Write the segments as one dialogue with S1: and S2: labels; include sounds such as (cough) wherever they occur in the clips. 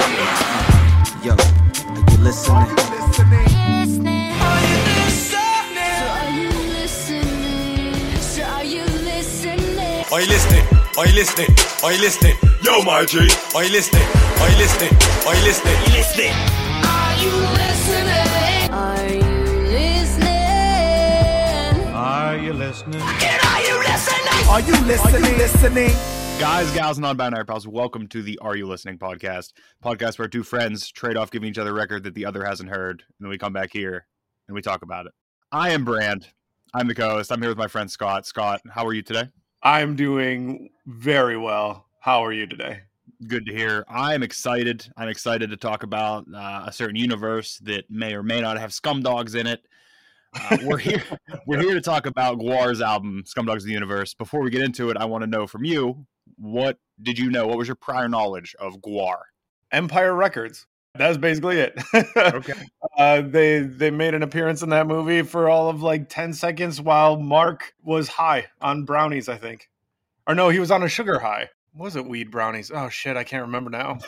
S1: Yo, are you listening?
S2: Are you listening?
S3: Are you listening? Are you listening? Are you listening? Yo, my G. Are you listening? Are you listening? Are you listening? Listening.
S2: Are you listening?
S4: Are you listening?
S2: And Are you listening?
S5: Are you listening? listening?
S4: Guys, gals, and non-binary pals, welcome to the Are You Listening podcast. Podcast where two friends trade off giving each other a record that the other hasn't heard, and then we come back here and we talk about it. I am Brand. I'm the co-host. I'm here with my friend Scott. Scott, how are you today?
S6: I'm doing very well. How are you today?
S4: Good to hear. I'm excited. I'm excited to talk about uh, a certain universe that may or may not have scum dogs in it. Uh,
S6: (laughs)
S4: we're here. we're here to talk about Guar's album, Scum Dogs of the Universe. Before we get into it, I want to know from you: what did you know? What was your prior knowledge of Guar?
S6: Empire Records. That's basically it.
S4: Okay.
S6: (laughs) Uh, they they made an appearance in that movie for all of like ten seconds while Mark was high on brownies, I think, or no, he was on a sugar high. Was it weed brownies? Oh shit, I can't remember now.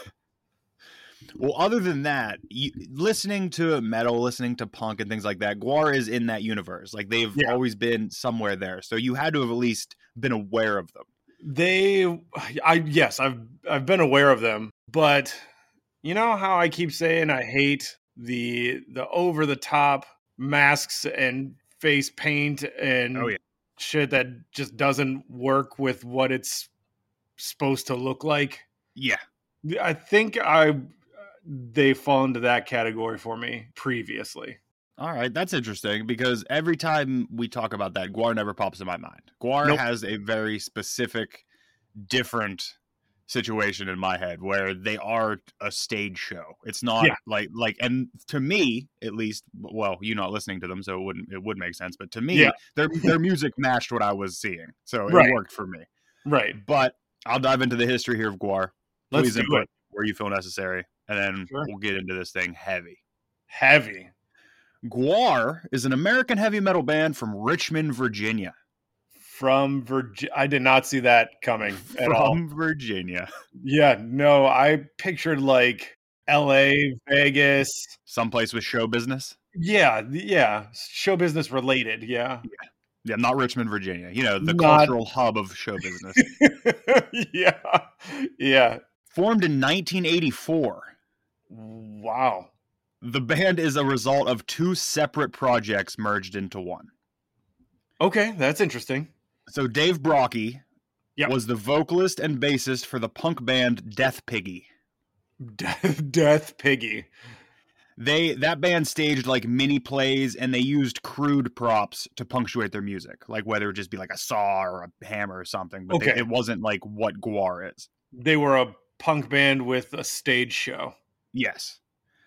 S4: Well, other than that, you, listening to metal, listening to punk, and things like that, Guar is in that universe. Like they've
S6: Yeah.
S4: always been somewhere there. So you had to have at least been aware of them.
S6: They, I yes, I've I've been aware of them, but you know how I keep saying I hate the the over the top masks and face paint and
S4: Oh, yeah.
S6: shit that just doesn't work with what it's supposed to look like.
S4: Yeah.
S6: I think I they fall into that category for me previously.
S4: All right, that's interesting because every time we talk about that, Guar never pops in my mind. Guar
S6: Nope.
S4: has a very specific, different situation in my head where they are a stage show. It's not
S6: Yeah.
S4: like like and to me at least, well, you're not listening to them, so it wouldn't it would make sense. But to me,
S6: Yeah.
S4: their
S6: (laughs)
S4: their music matched what I was seeing, so it
S6: Right.
S4: worked for me.
S6: Right.
S4: But I'll dive into the history here of Guar.
S6: Let's
S4: Please
S6: do
S4: input
S6: it.
S4: where you feel necessary, and then
S6: Sure.
S4: we'll get into this thing heavy.
S6: Heavy.
S4: Guar is an American heavy metal band from Richmond, Virginia.
S6: From Virginia, I did not see that
S4: (laughs)
S6: coming at all.
S4: From Virginia.
S6: Yeah, no, I pictured like L.A., Vegas.
S4: Someplace with show business.
S6: Yeah, yeah, show business related. Yeah, (laughs)
S4: Yeah, not Richmond, Virginia. You know, the
S6: Not-
S4: cultural hub of show
S6: (laughs)
S4: business.
S6: yeah, yeah.
S4: Formed in 1984.
S6: Wow.
S4: The band is a result of two separate projects merged into one.
S6: Okay, that's interesting.
S4: So Dave Brockie
S6: Yep.
S4: was the vocalist and bassist for the punk band Death Piggy.
S6: Death, Death Piggy.
S4: They that band staged like mini plays and they used crude props to punctuate their music, like whether it just be like a saw or a hammer or something. But they,
S6: Okay.
S4: it wasn't like what Guar is.
S6: They were a punk band with a stage show.
S4: Yes.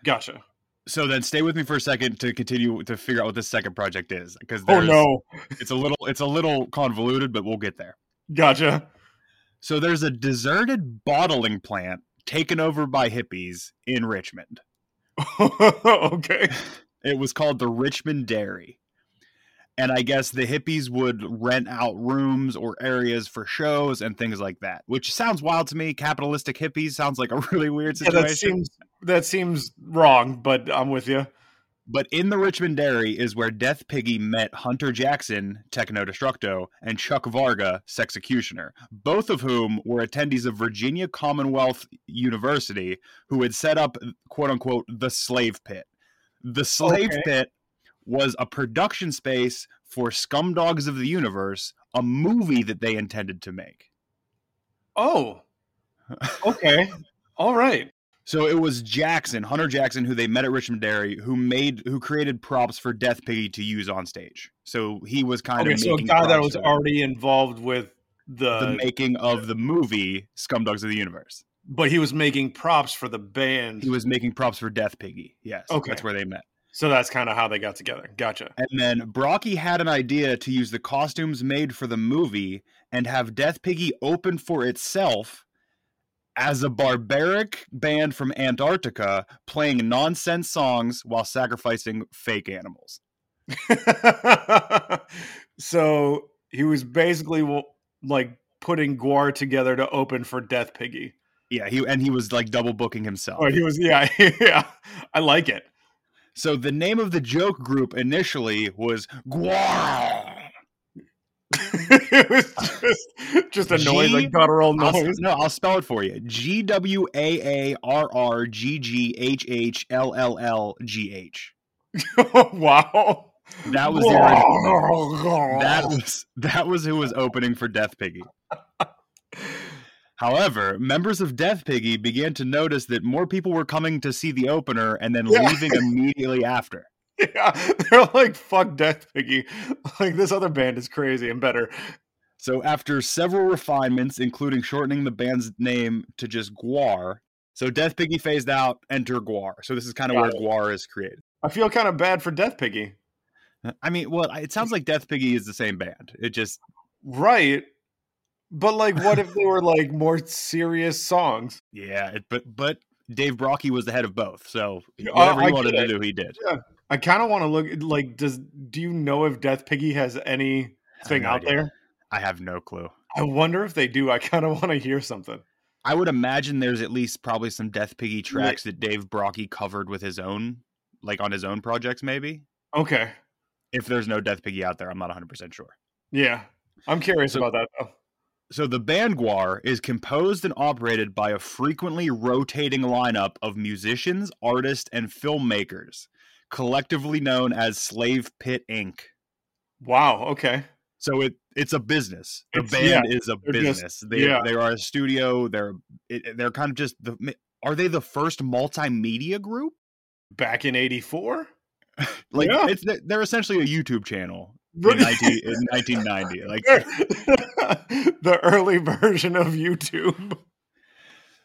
S6: Gotcha.
S4: So then, stay with me for a second to continue to figure out what this second project is, because
S6: Oh no.
S4: it's a little it's a little convoluted, but we'll get there.
S6: Gotcha. (laughs)
S4: So there's a deserted bottling plant taken over by hippies in Richmond.
S6: okay.
S4: It was called the Richmond Dairy. And I guess the hippies would rent out rooms or areas for shows and things like that, which sounds wild to me. Capitalistic hippies sounds like a (laughs) really weird
S6: Yeah,
S4: situation.
S6: that seems that seems wrong, but I'm with you.
S4: But in the Richmond Dairy is where Death Piggy met Hunter Jackson, Techno Destructo, and Chuck Varga, Sexecutioner, both of whom were attendees of Virginia Commonwealth University who had set up, quote unquote, the slave pit. The slave
S6: Okay.
S4: pit was a production space for Scumdogs of the Universe, a movie that they intended to make.
S6: Oh, okay. All right.
S4: So it was Jackson, Hunter Jackson, who they met at Richmond Dairy, who made who created props for Death Piggy to use on stage. So he was kind
S6: Okay,
S4: of
S6: so a
S4: making
S6: guy that
S4: props
S6: was
S4: for
S6: already involved with the,
S4: the making of the movie Scumdogs of the Universe.
S6: but he was making props for the band.
S4: He was making props for Death Piggy. Yes,
S6: Okay.
S4: that's where they met.
S6: so that's kind of how they got together. Gotcha. (laughs)
S4: And then Brocky had an idea to use the costumes made for the movie and have Death Piggy open for itself as a barbaric band from Antarctica playing nonsense songs while sacrificing fake animals.
S6: so he was basically well, like putting Guar together to open for Death Piggy.
S4: Yeah, he and he was like double booking himself.
S6: Or he was, yeah, (laughs) yeah. I like it. (laughs)
S4: So the name of the joke group initially was Guar.
S6: it was just just a noise,
S4: Gee,
S6: like guttural
S4: I'll,
S6: noise.
S4: no, I'll spell it for you. G W A A R R G G H H L L L G H.
S6: (laughs) wow.
S4: That was the original. name. That was that was who was opening for Death Piggy. However, members of Death Piggy began to notice that more people were coming to see the opener and then
S6: Yeah.
S4: leaving immediately after.
S6: (laughs) yeah, they're like fuck Death Piggy. (laughs) Like this other band is crazy and better.
S4: So after several refinements, including shortening the band's name to just Guar, so Death Piggy phased out, enter Guar. So this is kind of
S6: Got
S4: where Guar is created.
S6: I feel kind of bad for Death Piggy.
S4: I mean, well, it sounds like Death Piggy is the same band. It just
S6: Right. But like what (laughs) if they were like more serious songs?
S4: yeah, it, but but Dave Brocky was the head of both, so
S6: Yeah, I-
S4: whatever
S6: I
S4: he wanted
S6: get
S4: to
S6: it.
S4: do, he did.
S6: I kind of want to look like does do you know if Death Piggy has any
S4: have
S6: thing
S4: no
S6: out
S4: idea.
S6: there?
S4: I have no clue.
S6: I wonder if they do. I kind of want to hear something.
S4: I would imagine there's at least probably some Death Piggy tracks that Dave Brocky covered with his own, like on his own projects, maybe.
S6: Okay.
S4: If there's no Death Piggy out there, I'm not 100 percent sure.
S6: Yeah. I'm curious
S4: So-
S6: about that though.
S4: So the band Guar is composed and operated by a frequently rotating lineup of musicians, artists, and filmmakers, collectively known as Slave Pit Inc.
S6: Wow, okay.
S4: So it it's a business. The
S6: It's- yeah,
S4: band is a
S6: they're just-
S4: business. they
S6: yeah.
S4: they are a studio. They're it, they're kind of just the. Are they the first multimedia group?
S6: Back in 84?
S4: Like
S6: Yeah.
S4: it's they're essentially a YouTube channel in, 19,
S6: (laughs)
S4: in 1990. Like
S6: the early (laughs) version of YouTube.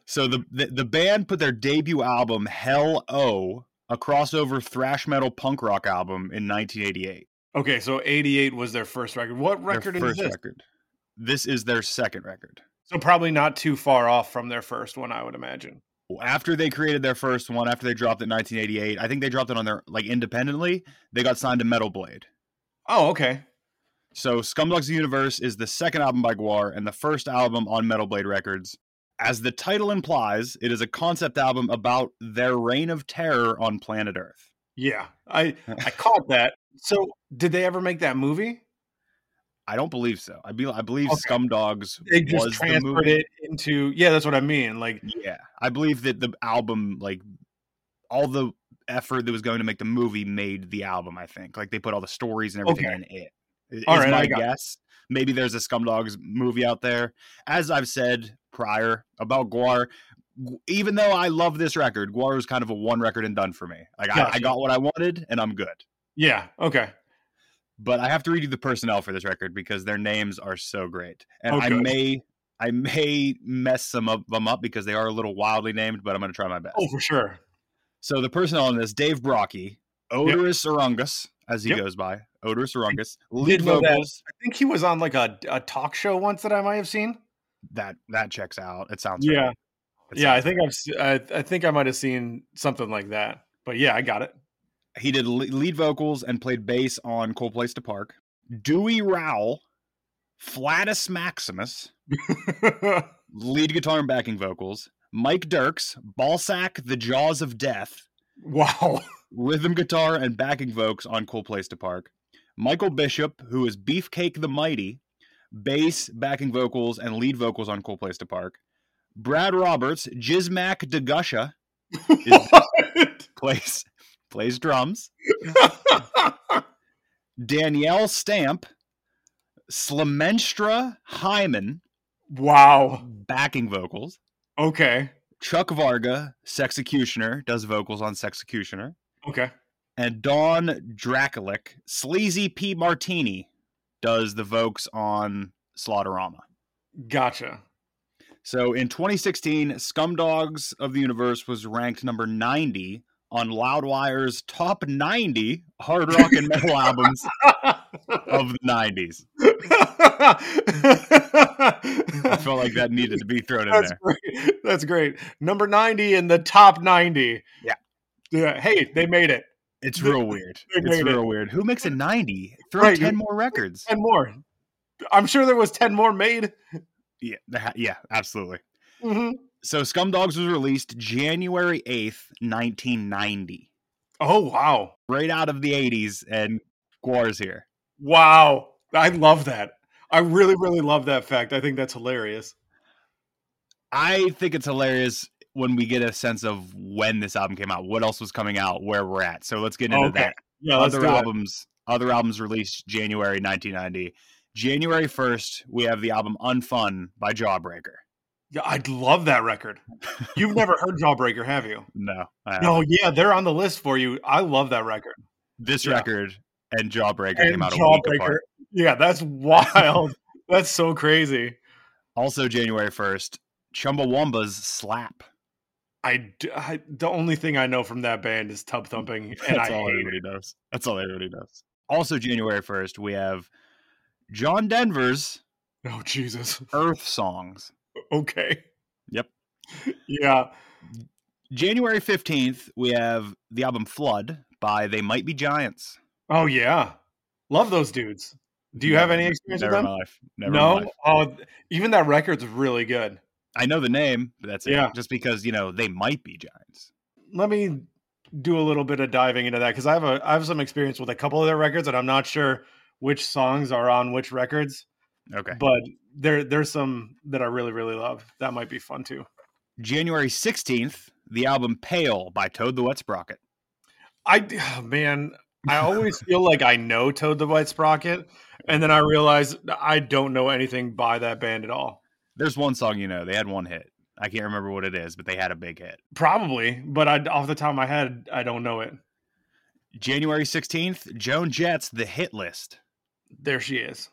S4: So the, the the band put their debut album Hell O, a crossover thrash metal punk rock album in 1988.
S6: Okay, so 88 was their first record. What record
S4: their
S6: is
S4: first
S6: this?
S4: record. This is their second record.
S6: So probably not too far off from their first one, I would imagine.
S4: After they created their first one, after they dropped it in 1988, I think they dropped it on their like independently. They got signed to Metal Blade.
S6: Oh, okay.
S4: So Scumdogs Universe is the second album by Guar and the first album on Metal Blade Records. As the title implies, it is a concept album about their reign of terror on planet Earth.
S6: Yeah. (laughs) I I caught that. So did they ever make that movie?
S4: I don't believe so. I be I believe
S6: Okay.
S4: Scumdogs
S6: They just
S4: was the
S6: transferred
S4: movie.
S6: it into Yeah, that's what I mean. Like
S4: Yeah, I believe that the album, like all the effort that was going to make the movie, made the album. I think like they put all the stories and everything
S6: Okay.
S4: in it. Is
S6: All right, I
S4: my
S6: got it.
S4: guess. Maybe there's a Scumdogs movie out there. As I've said prior about Guar, Gu- even though I love this record, Guar was kind of a one record and done for me. Like I, I
S6: Gotcha.
S4: got what I wanted and I'm good.
S6: yeah, okay.
S4: but I have to read you the personnel for this record because their names are so great, and
S6: Oh,
S4: I
S6: good.
S4: may I may mess some of them up because they are a little wildly named, but I'm going to try my best.
S6: Oh, for sure.
S4: So the personnel on this: Dave Brocky, Odorous Orungus, as he
S6: Yep.
S4: goes by, Odorous Orungus, lead
S6: know that.
S4: vocals.
S6: I think he was on like a, a talk show once that I might have seen.
S4: That. that checks out. It sounds
S6: Yeah.
S4: right. It
S6: yeah, I
S4: sounds
S6: think
S4: right.
S6: I've se- I, I think I might have seen something like that. But yeah, I got it.
S4: he did le- lead vocals and played bass on "Cold Place to Park." Dewey Rowell, Flatus Maximus. lead guitar and backing vocals. Mike Dirks, Ballsack, The Jaws of Death,
S6: (laughs) (laughs) wow.
S4: rhythm guitar, and backing vocals on Cool Place to Park. Michael Bishop, who is Beefcake the Mighty, bass, backing vocals, and lead vocals on Cool Place to Park. Brad Roberts, Jizmac DeGusha,
S6: What?
S4: plays, plays drums. Danielle Stamp, Slamenstra Hyman,
S6: wow.
S4: backing vocals.
S6: Okay.
S4: Chuck Varga, Sexecutioner, does vocals on Sexecutioner.
S6: Okay.
S4: And Dawn Draculic, Sleazy P. Martini, does the vocals on Slaughterama.
S6: Gotcha.
S4: So in 2016, Scumdogs of the Universe was ranked number 90 on Loudwire's top 90 hard rock and
S6: (laughs)
S4: metal albums of the 90s. I felt like that needed to be thrown in
S6: That's
S4: there.
S6: great. That's great. Number 90 in the top 90.
S4: Yeah.
S6: Yeah. Hey, they made it.
S4: It's real weird.
S6: They
S4: It's
S6: made
S4: real weird. Who makes a 90? Throw
S6: Right.
S4: 10
S6: (laughs)
S4: more records.
S6: 10 more. I'm sure there was 10 more made.
S4: Yeah, that- yeah, absolutely.
S6: Mhm.
S4: So Scumdogs was released January 8th, 1990.
S6: Oh, wow.
S4: Right out of the 80s and Guar's here.
S6: Wow. I love that. I really, really love that fact. I think that's hilarious.
S4: I think it's hilarious when we get a sense of when this album came out, what else was coming out, where we're at. So let's get into
S6: Okay.
S4: that.
S6: Yeah, let's
S4: other
S6: do it.
S4: albums other albums released January 1990. January 1st, we have the album Unfun by Jawbreaker.
S6: Yeah, I'd love that record.
S4: (laughs)
S6: You've never heard Jawbreaker, have you?
S4: No. uh, I haven't.
S6: No, yeah, they're on the list for you. I love that record.
S4: this
S6: Yeah.
S4: record and Jawbreaker
S6: And
S4: came out a week
S6: Jawbreaker.
S4: apart.
S6: Yeah, that's wild. that's so crazy.
S4: Also January 1st, Chumbawamba's Slap.
S6: I, d- I- the only thing I know from that band is tub
S4: (laughs)
S6: thumping, and I
S4: That's all
S6: hate it.
S4: everybody knows. That's all everybody knows. Also January 1st, we have John Denver's
S6: Oh Jesus. (laughs)
S4: Earth Songs.
S6: Okay.
S4: Yep.
S6: Yeah.
S4: January 15th, we have the album Flood by They Might Be Giants.
S6: Oh yeah. Love those dudes. Do you have any experience with
S4: Never in my
S6: them?
S4: life. Never in my
S6: No.
S4: life.
S6: Oh, th- even that record's really good.
S4: I know the name, but that's
S6: Yeah.
S4: it. Just because, you know, they might be giants.
S6: Let me do a little bit of diving into that because I have a I have some experience with a couple of their records, and I'm not sure which songs are on which records,
S4: Okay.
S6: but there there's some that I really really love. That might be fun too.
S4: January 16th, the album Pale by Toad the Wet Sprocket.
S6: I oh, (sighs) man, I always feel like I know Toad the White Sprocket, and then I realize I don't know anything by that band at all.
S4: There's one song you know. They had one hit. I can't remember what it is, but they had a big hit.
S6: Probably, but I off the top of my head, I don't know it.
S4: January 16th, Joan Jett's The Hit List.
S6: There she is.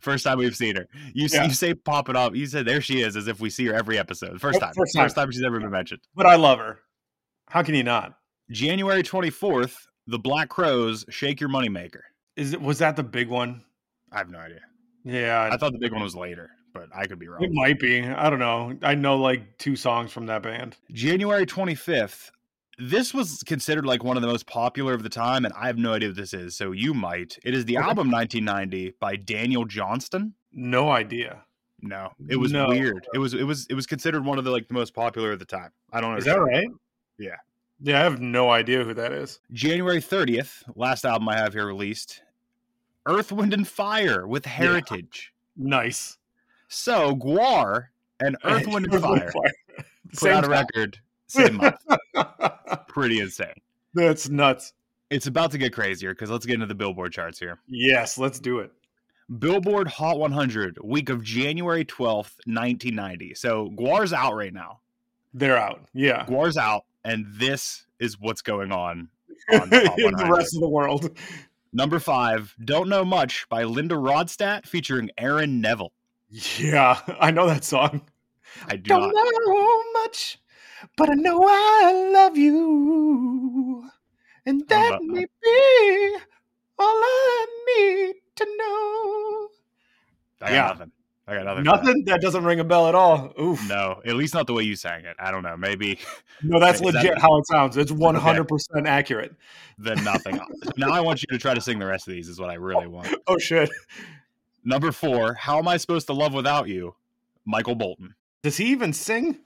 S4: First time we've seen her. You, s
S6: Yeah.
S4: you say pop it off. You said there she is as if we see her every episode. First
S6: Yep,
S4: time.
S6: first
S4: First
S6: time.
S4: time, she's ever been mentioned.
S6: But I love her. How can you not?
S4: January 24th, The Black Crows, Shake Your Moneymaker.
S6: Is it was that the big one?
S4: I have no idea.
S6: Yeah,
S4: I thought the big one was later, but I could be wrong.
S6: it might be. I don't know. I know like two songs from that band.
S4: January 25th. This was considered like one of the most popular of the time, and I have no idea what this is, so you might. It is the
S6: Okay.
S4: album 1990 by Daniel Johnston.
S6: No idea.
S4: No, it was
S6: No.
S4: weird. It was it was it was considered one of the like the most popular of the time. I don't know.
S6: Is that right?
S4: Yeah.
S6: Yeah, I have no idea who that is.
S4: January 30th, last album I have here released, Earth, Wind, and Fire with Heritage. (laughs)
S6: Nice.
S4: So Guar (laughs) and Earth, Wind, and Fire put
S6: (laughs)
S4: out a
S6: Same
S4: record same month. (laughs)
S6: time. (laughs)
S4: Pretty insane.
S6: That's nuts.
S4: It's about to get crazier because let's get into the Billboard charts here.
S6: Yes, let's do it.
S4: Billboard Hot 100, week of January 12th, 1990. So Guar's out right now.
S6: They're out. Yeah.
S4: Guar's out, and this is what's going on (laughs) on the
S6: (laughs)
S4: Hot
S6: In the
S4: 100.
S6: rest of the world.
S4: Number five, Don't Know Much by Linda Rodstadt featuring Aaron Neville.
S6: Yeah, I know that song.
S4: I do
S6: Don't
S4: not.
S6: know much, but I know I love you. And that
S4: about
S6: may be all I need to know.
S4: I got
S6: Yeah.
S4: nothing. I got nothing. for that.
S6: Nothing that doesn't ring a bell at all. Oof. No,
S4: No, at least not the way you sang it. I don't know. Maybe (laughs)
S6: that's
S4: Is that-
S6: legit how it sounds. It's 100% accurate.
S4: then nothing. now I want you to try to sing the rest of these, is what I really want.
S6: Oh, shit.
S4: Number four, How Am I Supposed to Love Without You? Michael Bolton.
S6: Does he even sing?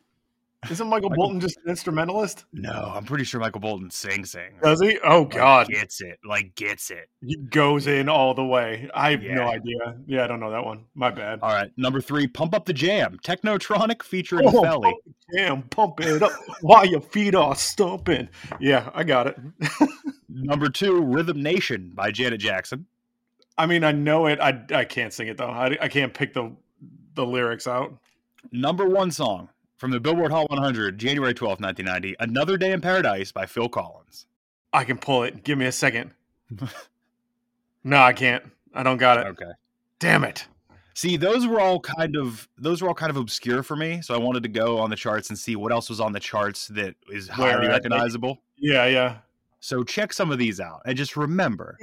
S6: Isn't Michael
S4: Michael-
S6: Bolton just an instrumentalist?
S4: No, Oh, I'm pretty sure Michael Bolton sings sing.
S6: Does he? Oh God,
S4: gets it. Like gets it.
S6: he goes in all the way. I have no
S4: Yeah. Uh,
S6: idea. Yeah, I don't know that one. My bad.
S4: All right, number three, pump up the jam, Technotronic featuring
S6: Oh,
S4: Felly.
S6: pump it, Jam, pump it up while your feet are stomping. Yeah, I got it. (laughs)
S4: Number two, Rhythm Nation by Janet Jackson.
S6: I mean, I know it. I I can't sing it though. I, I can't pick the the lyrics out.
S4: Number one song from the Billboard Hot 100, January 12th, 1990, Another Day in Paradise by Phil Collins.
S6: I can pull it. Give me a
S4: (laughs)
S6: second. no, I can't. I don't got it.
S4: Okay.
S6: Damn it.
S4: See, those were all kind of those were all kind of obscure for me, so I wanted to go on the charts and see what else was on the charts that is highly
S6: Where, uh,
S4: recognizable.
S6: Yeah, yeah.
S4: So check some of these out, and just remember,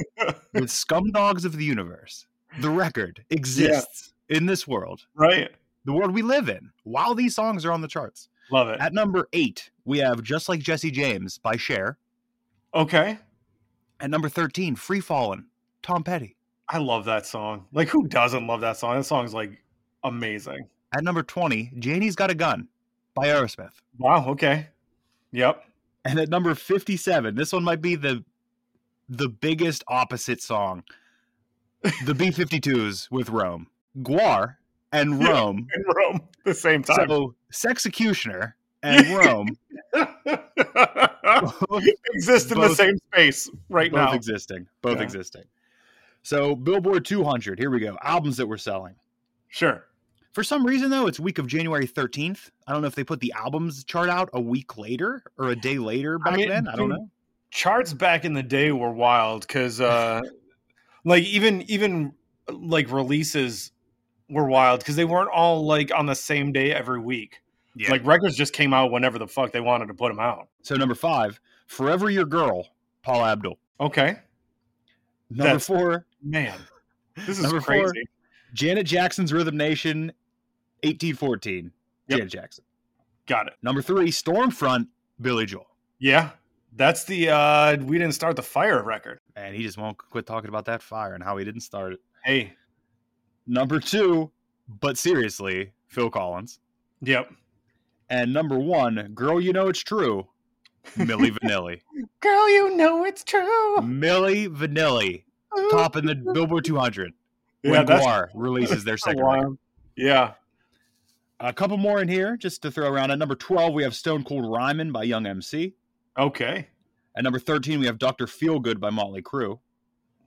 S4: the scumdogs of the universe, the record exists in this world,
S6: Right.
S4: the world we live in, while these songs are on the charts.
S6: Love it.
S4: At number eight, we have Just Like Jesse James by Cher.
S6: Okay.
S4: At number 13, Free Fallen, Tom Petty.
S6: I love that song. Like, who doesn't love that song? That song's like amazing.
S4: At number 20, Janie's Got a Gun by Aerosmith.
S6: Wow. Okay. Yep.
S4: And at number 57, this one might be the the biggest opposite song. The B52s with Rome. Guar
S6: (laughs)
S4: and Rome.
S6: In Rome at the same time. (laughs)
S4: so Sexecutioner and Rome both,
S6: Exist in the
S4: both-
S6: same space right
S4: both
S6: now.
S4: existing. Both
S6: Yeah.
S4: existing. So Billboard 200, here we go. Albums that we're selling.
S6: Sure.
S4: For some reason, though, it's week of January 13th. I don't know if they put the albums chart out a week later or a day later
S6: I
S4: back
S6: mean, hmm.
S4: then. I don't
S6: dude,
S4: know.
S6: Charts back in the day were wild because, uh, (laughs) like, even even like releases were wild because they weren't all like on the same day every week.
S4: Yeah.
S6: Like records just came out whenever the fuck they wanted to put them out.
S4: So, number five, Forever Your Girl, Paul Abdul.
S6: Okay,
S4: Number
S6: That's-
S4: four,
S6: man, this is
S4: Number four.
S6: crazy.
S4: Janet Jackson's Rhythm Nation, 1814.
S6: Yep.
S4: Janet Jackson.
S6: Got it.
S4: Number three, Stormfront, Billy Joel.
S6: Yeah, that's the uh we didn't start the fire record.
S4: And he just won't quit talking about that fire and how he didn't start it.
S6: Hey,
S4: Number two, but seriously, Phil Collins.
S6: yep.
S4: And number one, Girl, You Know It's True, Millie Vanilli.
S6: (laughs) Girl, you know it's true.
S4: Millie Vanilli topping the Billboard 200
S6: Yeah,
S4: when
S6: that's
S4: Guar releases
S6: (laughs)
S4: their second record.
S6: wild. Yeah.
S4: A couple more in here just to throw around. At number 12, we have Stone Cold Ryman by Young MC.
S6: Okay.
S4: At number 13, we have Dr. Feelgood by Motley Crue.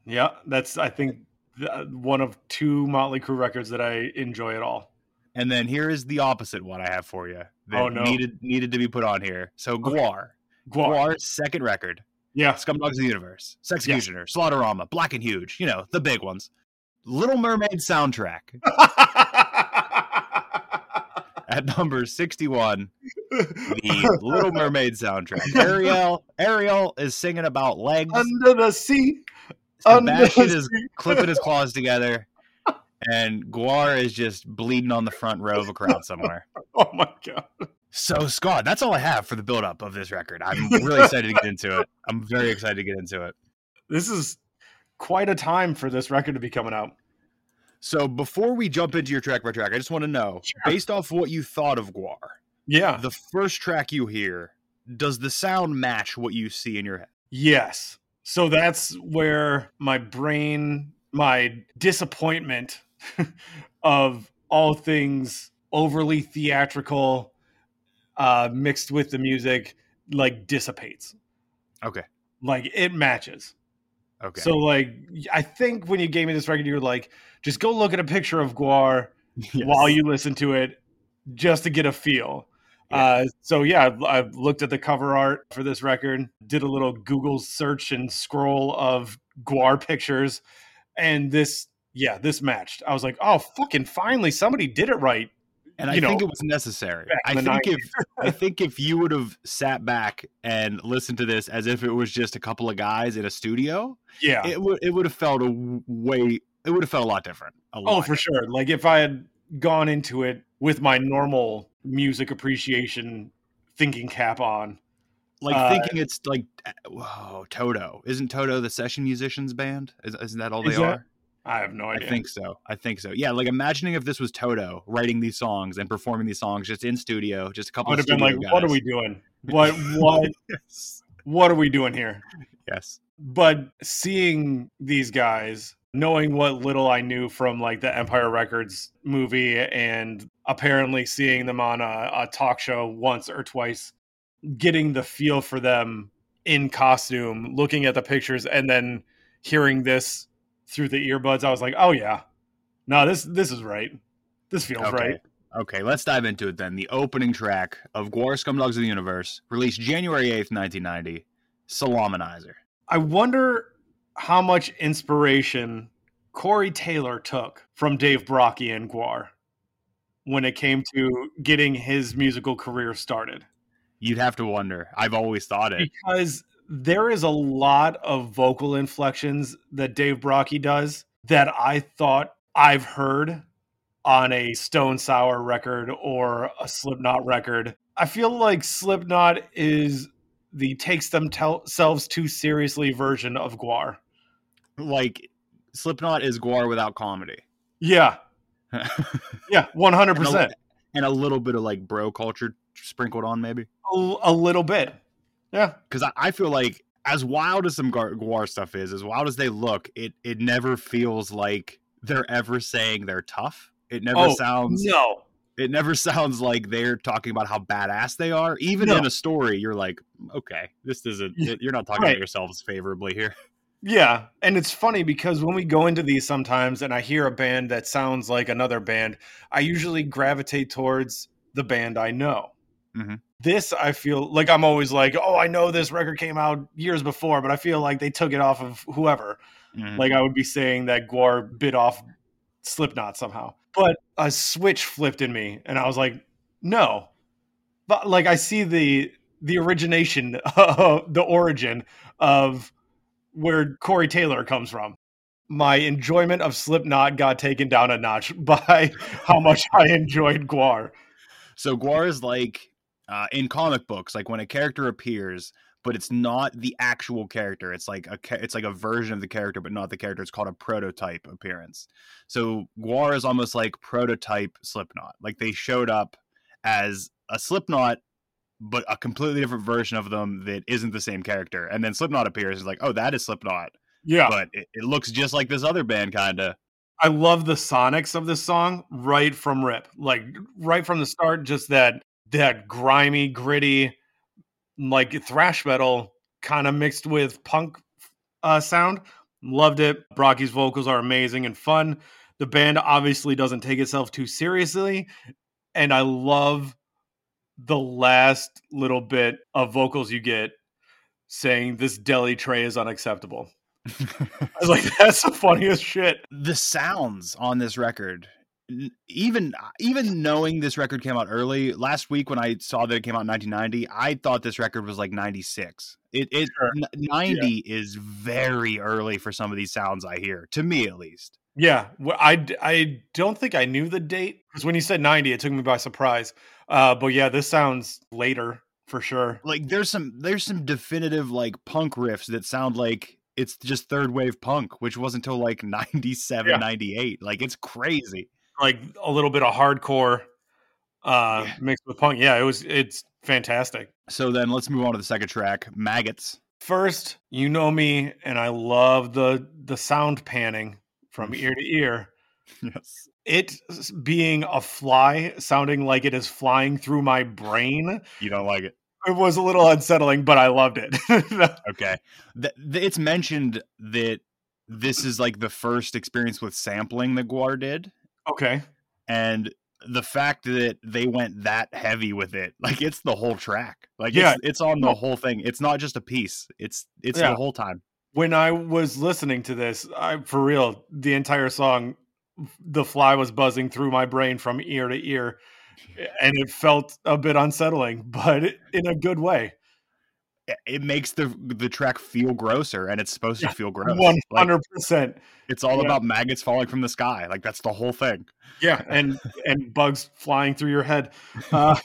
S6: Yeah, that's I think th- one of two Motley Crue records that I enjoy at all.
S4: And then here is the opposite one I have for you that
S6: Oh, no.
S4: needed needed to be put on here. So
S6: Okay.
S4: Guar,
S6: Guar.
S4: Guar's second record,
S6: (laughs) Yeah.
S4: Scumdogs of the Universe, Sexecutioner, Slaughterama, Black and Huge, you know, the big ones. Little Mermaid
S6: (laughs)
S4: soundtrack at number 61.
S6: (laughs)
S4: the Little Mermaid soundtrack. Ariel, Ariel is singing about legs.
S6: Under the sea. Under
S4: Sebastian
S6: the
S4: is
S6: sea. (laughs)
S4: clipping his claws together, and Guar is just bleeding on the front row of a crowd somewhere.
S6: Oh my god.
S4: So, Scott, that's all I have for the buildup of this record.
S6: (laughs)
S4: I'm really excited to get into it. I'm very excited to get into it.
S6: This is quite a time for this record to be coming out.
S4: So, before we jump into your track by track, I just want to know, based off what you thought of Guar,
S6: Yeah.
S4: the first track you hear, does the sound match what you see in your head?
S6: Yes. So that's where my brain, my disappointment (laughs) of all things overly theatrical uh, mixed with the music like dissipates.
S4: Okay.
S6: Like it matches.
S4: Okay. (laughs)
S6: So like I think when you gave me this record, you were like, just go look at a picture of Guar while you listen to it just to get a feel. Uh, so yeah, I've, I've looked at the cover art for this record, did a little Google search and scroll of Guar pictures, and this yeah, this matched. I was like, oh fucking finally somebody did it right.
S4: and I
S6: you know,
S4: think it was necessary.
S6: back
S4: I
S6: in the (laughs)
S4: think if I think if you would have sat back and listened to this as if it was just a couple of guys in a studio,
S6: Yeah.
S4: it would it would have felt a w- way it would have felt a lot different. A lot.
S6: oh, for sure. Like if I had gone into it with my normal music appreciation thinking cap on,
S4: Like eh,
S6: uh,
S4: thinking it's like whoa, Toto. Isn't Toto the session musicians band? Is, isn't that all they
S6: Is that-
S4: are?
S6: I have no
S4: I
S6: idea.
S4: think so. I think so. Yeah, like imagining if this was Toto writing these songs and performing these songs just in studio, just a
S6: I
S4: couple.
S6: would
S4: of
S6: have been like,
S4: studio
S6: "What are
S4: guys.
S6: we doing? What what
S4: (laughs) yes.
S6: what are we doing here?"
S4: yes.
S6: But seeing these guys, knowing what little I knew from like the Empire Records movie, and apparently seeing them on a, a talk show once or twice, getting the feel for them in costume, looking at the pictures, and then hearing this through the earbuds, I was like, "Oh yeah, no this this is right. This feels
S4: Okay.
S6: right."
S4: Okay, let's dive into it then. The opening track of Guar Scumdogs of the Universe, released January 8th, 1990, Salaminizer.
S6: I wonder how much inspiration Corey Taylor took from Dave Brockie and Guar when it came to getting his musical career started.
S4: You'd have to wonder. I've always
S6: (laughs)
S4: thought it.
S6: Because there is a lot of vocal inflections that Dave Brockie does that I thought I've heard on a Stone Sour record or a Slipknot record. I feel like Slipknot is the takes themselves too seriously version of Guar.
S4: Like, Slipknot is Guar without comedy.
S6: (laughs) Yeah,
S4: and
S6: Yeah, one hundred percent.
S4: a little bit of like bro culture sprinkled on, maybe.
S6: A little bit. Yeah,
S4: Because I, I feel like, as wild as some Gar- Guar stuff is, as wild as they look, it, it never feels like they're ever saying they're tough. It never
S6: Oh,
S4: sounds.
S6: no,
S4: it never (laughs) sounds like they're talking about how badass they are. Even
S6: No.
S4: in a story, you're like, okay, this
S6: (laughs)
S4: isn't. You're not talking
S6: Right.
S4: about yourselves favorably here.
S6: yeah. And it's funny because when we go into these sometimes, and I hear a band that sounds like another band, I usually gravitate towards the band I know. Mm-hmm.
S4: Mhm.
S6: This I feel like I'm always like, oh, I know this record came out years before, but I feel like they took it off of whoever.
S4: Mm-hmm. Hmm.
S6: Like I would be saying that Guar bit off Slipknot somehow. But a switch flipped in me, and I was like, no. But like I see the the origination, (laughs) the origin of where Corey Taylor comes from. My enjoyment of Slipknot got taken down a notch (laughs) by how much I enjoyed Guar.
S4: So Guar is like uh, in comic books, like when a character appears, but it's not the actual character. It's like a cha- it's like a version of the character, but not the character. It's called a prototype appearance. So Guar is almost like prototype Slipknot. Like they showed up as a Slipknot, but a completely different version of them that isn't the same character. And then Slipknot appears and is like, oh, that is Slipknot,
S6: Yeah.
S4: but it, it looks just like this other band, kinda.
S6: I love the sonics of this song right from rip, like right from the start. Just that that grimy, gritty, like thrash metal kind of mixed with punk uh, sound. Loved it. Brocky's vocals are amazing and fun. The band obviously doesn't take itself too seriously, and I love the last little bit of vocals you get saying this deli tray is unacceptable. I was like, that's the funniest shit.
S4: the sounds on this record n- even even knowing this record came out early last week when i saw that it came out in 1990 i thought this record was like 96 it, it
S6: Sure.
S4: n- 90 is very early for some of these sounds i hear to me at least
S6: Yeah, well, I d- I don't think I knew the date because when you said ninety, it took me by surprise. Uh, but yeah, this sounds later for sure.
S4: like there's some there's some definitive like punk riffs that sound like it's just third wave punk which wasn't until like 97
S6: Yeah.
S4: 98 like it's crazy
S6: Like a little bit of hardcore uh,
S4: Yeah.
S6: mixed with punk. Yeah, it was it's fantastic.
S4: so then let's move on to the second track maggots (laughs)
S6: First, you know me, and I love the the sound panning from ear to ear.
S4: yes
S6: It s- being a fly, sounding like it is flying through my brain.
S4: you don't like it
S6: It was a little unsettling, but I loved it. (laughs)
S4: Okay. Th- th- it's mentioned that this is like the first experience with sampling that Guar did.
S6: okay.
S4: And the fact that they went that heavy with it, like it's the whole track. Like
S6: Yeah.
S4: it's, it's on the
S6: No.
S4: whole thing. It's not just a piece. It's it's
S6: Yeah.
S4: the whole time.
S6: when I was listening to this, I for real, the entire song, the fly was buzzing through my brain from ear to ear, and it felt a bit unsettling, (laughs) but in a good way.
S4: I- It makes the the track feel grosser and it's supposed
S6: Yeah,
S4: to feel gross.
S6: One
S4: Like,
S6: hundred percent,
S4: it's all
S6: yeah.
S4: about maggots falling from the sky. Like that's the whole thing.
S6: yeah, and and bugs flying through your head.
S4: (laughs)
S6: Uh,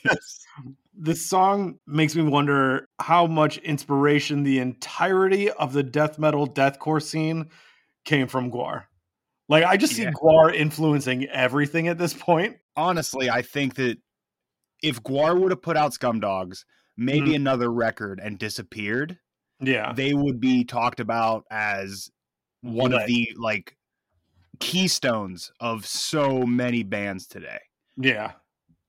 S6: this song makes me wonder how much inspiration the entirety of the death metal deathcore scene came from Guar. Like I just
S4: Yeah.
S6: see Guar influencing everything at this point.
S4: honestly, I think that if Guar would have put out Scum Dogs,
S6: Mm-hmm.
S4: maybe another record and disappeared,
S6: Yeah.
S4: they would be talked about as one
S6: Right.
S4: of the like keystones of so many bands today.
S6: Yeah.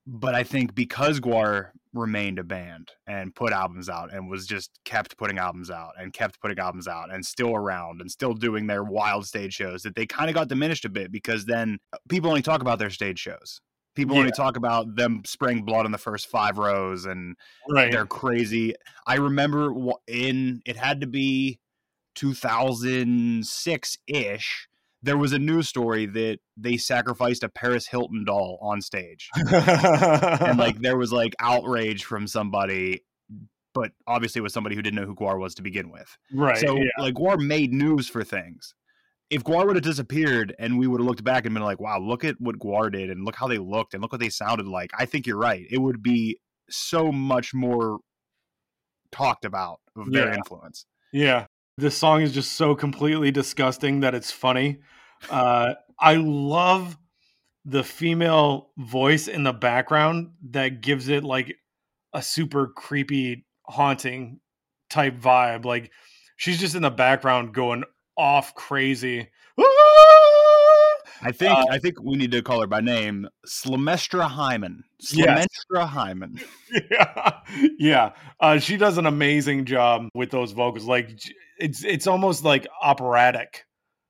S4: But I think because Guar remained a band and put albums out and was just kept putting albums out and kept putting albums out and still around and still doing their wild stage shows that they kind of got diminished a bit because then uh, people only talk about their stage shows. People only talk about them spraying blood on the first five rows and
S6: Right. (laughs)
S4: they're crazy. I remember wa- in it had to be 2006 ish. There was a news story that they sacrificed a Paris Hilton doll on stage, and like there was like outrage from somebody, but obviously it was somebody who didn't know who Guar was to begin with.
S6: right.
S4: so
S6: yeah.
S4: like Guar made news for things. If Guar would have disappeared and we would have looked back and been like, "Wow, look at what Guar did and look how they looked and look what they sounded like," I think you're right. It would be so much more talked about of their
S6: Yeah.
S4: influence.
S6: Yeah. This song is just so completely disgusting that it's funny. Uh, I love the female voice in the background that gives it like a super creepy, haunting type vibe. Like she's just in the background going off crazy.
S4: I think
S6: Uh,
S4: I think we need to call her by name, Slamestra Hyman. Slamestra
S6: Yes.
S4: Hyman.
S6: yeah, (laughs) yeah. Uh, she does an amazing job with those vocals. Like j- it's it's almost like operatic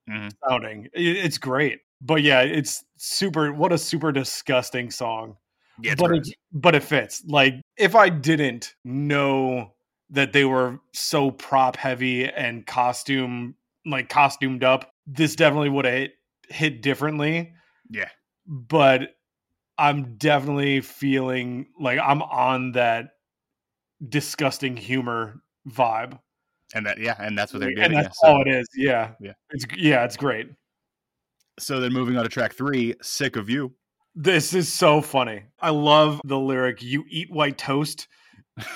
S4: Mhm.
S6: sounding. I- It's great, but yeah, it's super. What a super disgusting song.
S4: Yeah, it's
S6: but
S4: gross.
S6: it, but it fits. Like if I didn't know that they were so prop heavy and costume like costumed up, this definitely would have hit, hit differently
S4: yeah.
S6: but I'm definitely feeling like I'm on that disgusting humor vibe.
S4: And that yeah, and that's what they're doing.
S6: and that's
S4: yeah, so-
S6: all it is. Yeah.
S4: yeah.
S6: It's yeah, it's great.
S4: so then moving on to track three, Sick of You.
S6: This is so funny. I love the lyric you eat white toast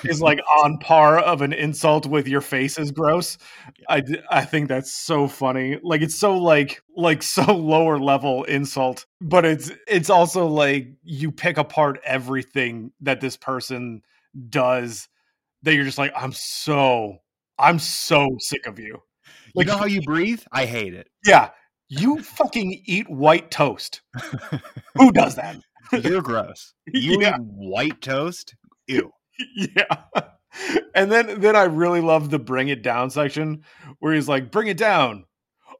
S6: is like on par of an insult with your face is gross. I d- I think that's so funny. Like it's so like like so lower level insult, but it's it's also like you pick apart everything that this person does that you're just like I'm so I'm so sick of you. Like-
S4: you know how you breathe? I hate it.
S6: Yeah, you fucking eat white toast. Who does that?
S4: You're gross. You
S6: (laughs) Yeah.
S4: eat white toast? Ew.
S6: yeah. And then then I really love the bring it down section where he's like, bring it down.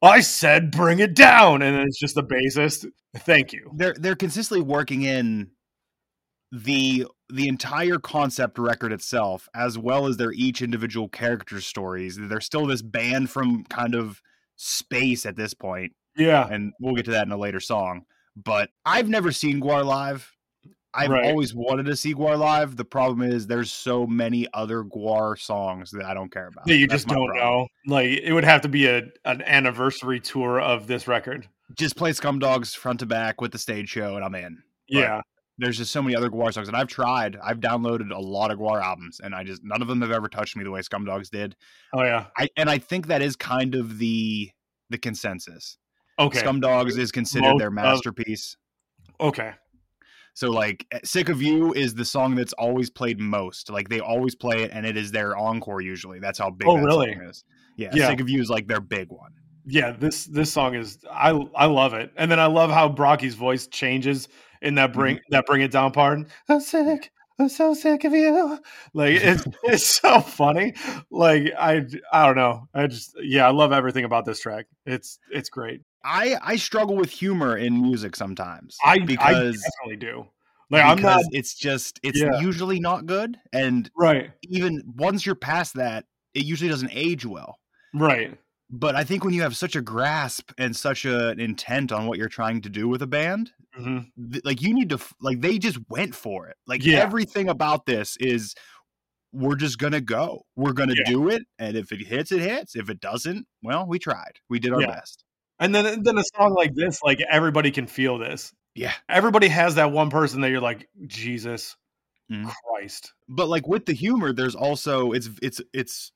S6: I said bring it down. And then it's just the bassist. Thank you.
S4: They're they're consistently working in the the entire concept record itself, as well as their each individual character stories. They're still this band from kind of space at this point,
S6: Yeah.
S4: and we'll get to that in a later song. But I've never seen Guar live. I've
S6: Right.
S4: always wanted to see Guar live. The problem is there's so many other Guar songs that I don't care about.
S6: That you
S4: That's
S6: just
S4: my
S6: don't
S4: problem.
S6: know. Like it would have to be a an anniversary tour of this record.
S4: Just play Scum Dogs front to back with the stage show, and I'm in. Right.
S6: Yeah.
S4: there's just so many other Guar songs, and I've tried. I've downloaded a lot of Guar albums, and I just none of them have ever touched me the way Scum Dogs did.
S6: Oh yeah.
S4: I and I think that is kind of the the consensus.
S6: Okay.
S4: Scum Dogs is considered
S6: Most
S4: their
S6: of-
S4: masterpiece.
S6: okay.
S4: so like eh, "Sick of You" is the song that's always played most. Like they always play it, and it is their encore usually. That's how big.
S6: Oh,
S4: that
S6: really?
S4: Song is. Yeah,
S6: Yeah.
S4: "Sick of You" is like their big one.
S6: Yeah, this this song is I I love it. And then I love how Brocky's voice changes in that bring
S4: Mm-hmm.
S6: that bring it down part. I'm sick. I'm so sick of you. Like
S4: (laughs)
S6: it's it's so funny. Like I I don't know. I just yeah, I love everything about this track. It's it's great.
S4: I I struggle with humor in music sometimes.
S6: I
S4: because
S6: I definitely do. Like I'm not
S4: because it's just it's
S6: Yeah.
S4: usually not good and
S6: right.
S4: even once you're past that, it usually doesn't age well.
S6: Right.
S4: But I think when you have such a grasp and such a, an intent on what you're trying to do with a band,
S6: hmm
S4: th- like you need to, f- like they just went for it. Like
S6: Yeah.
S4: everything about this is, we're just gonna go. We're gonna
S6: Yeah.
S4: do it, and if it hits, it hits. If it doesn't, well, we tried. We did our
S6: Yeah.
S4: best.
S6: And then then a song like this, like everybody can feel this.
S4: Yeah.
S6: Everybody has that one person that you're like, Jesus
S4: Mhm.
S6: Christ.
S4: But like with the humor, there's also it's it's it's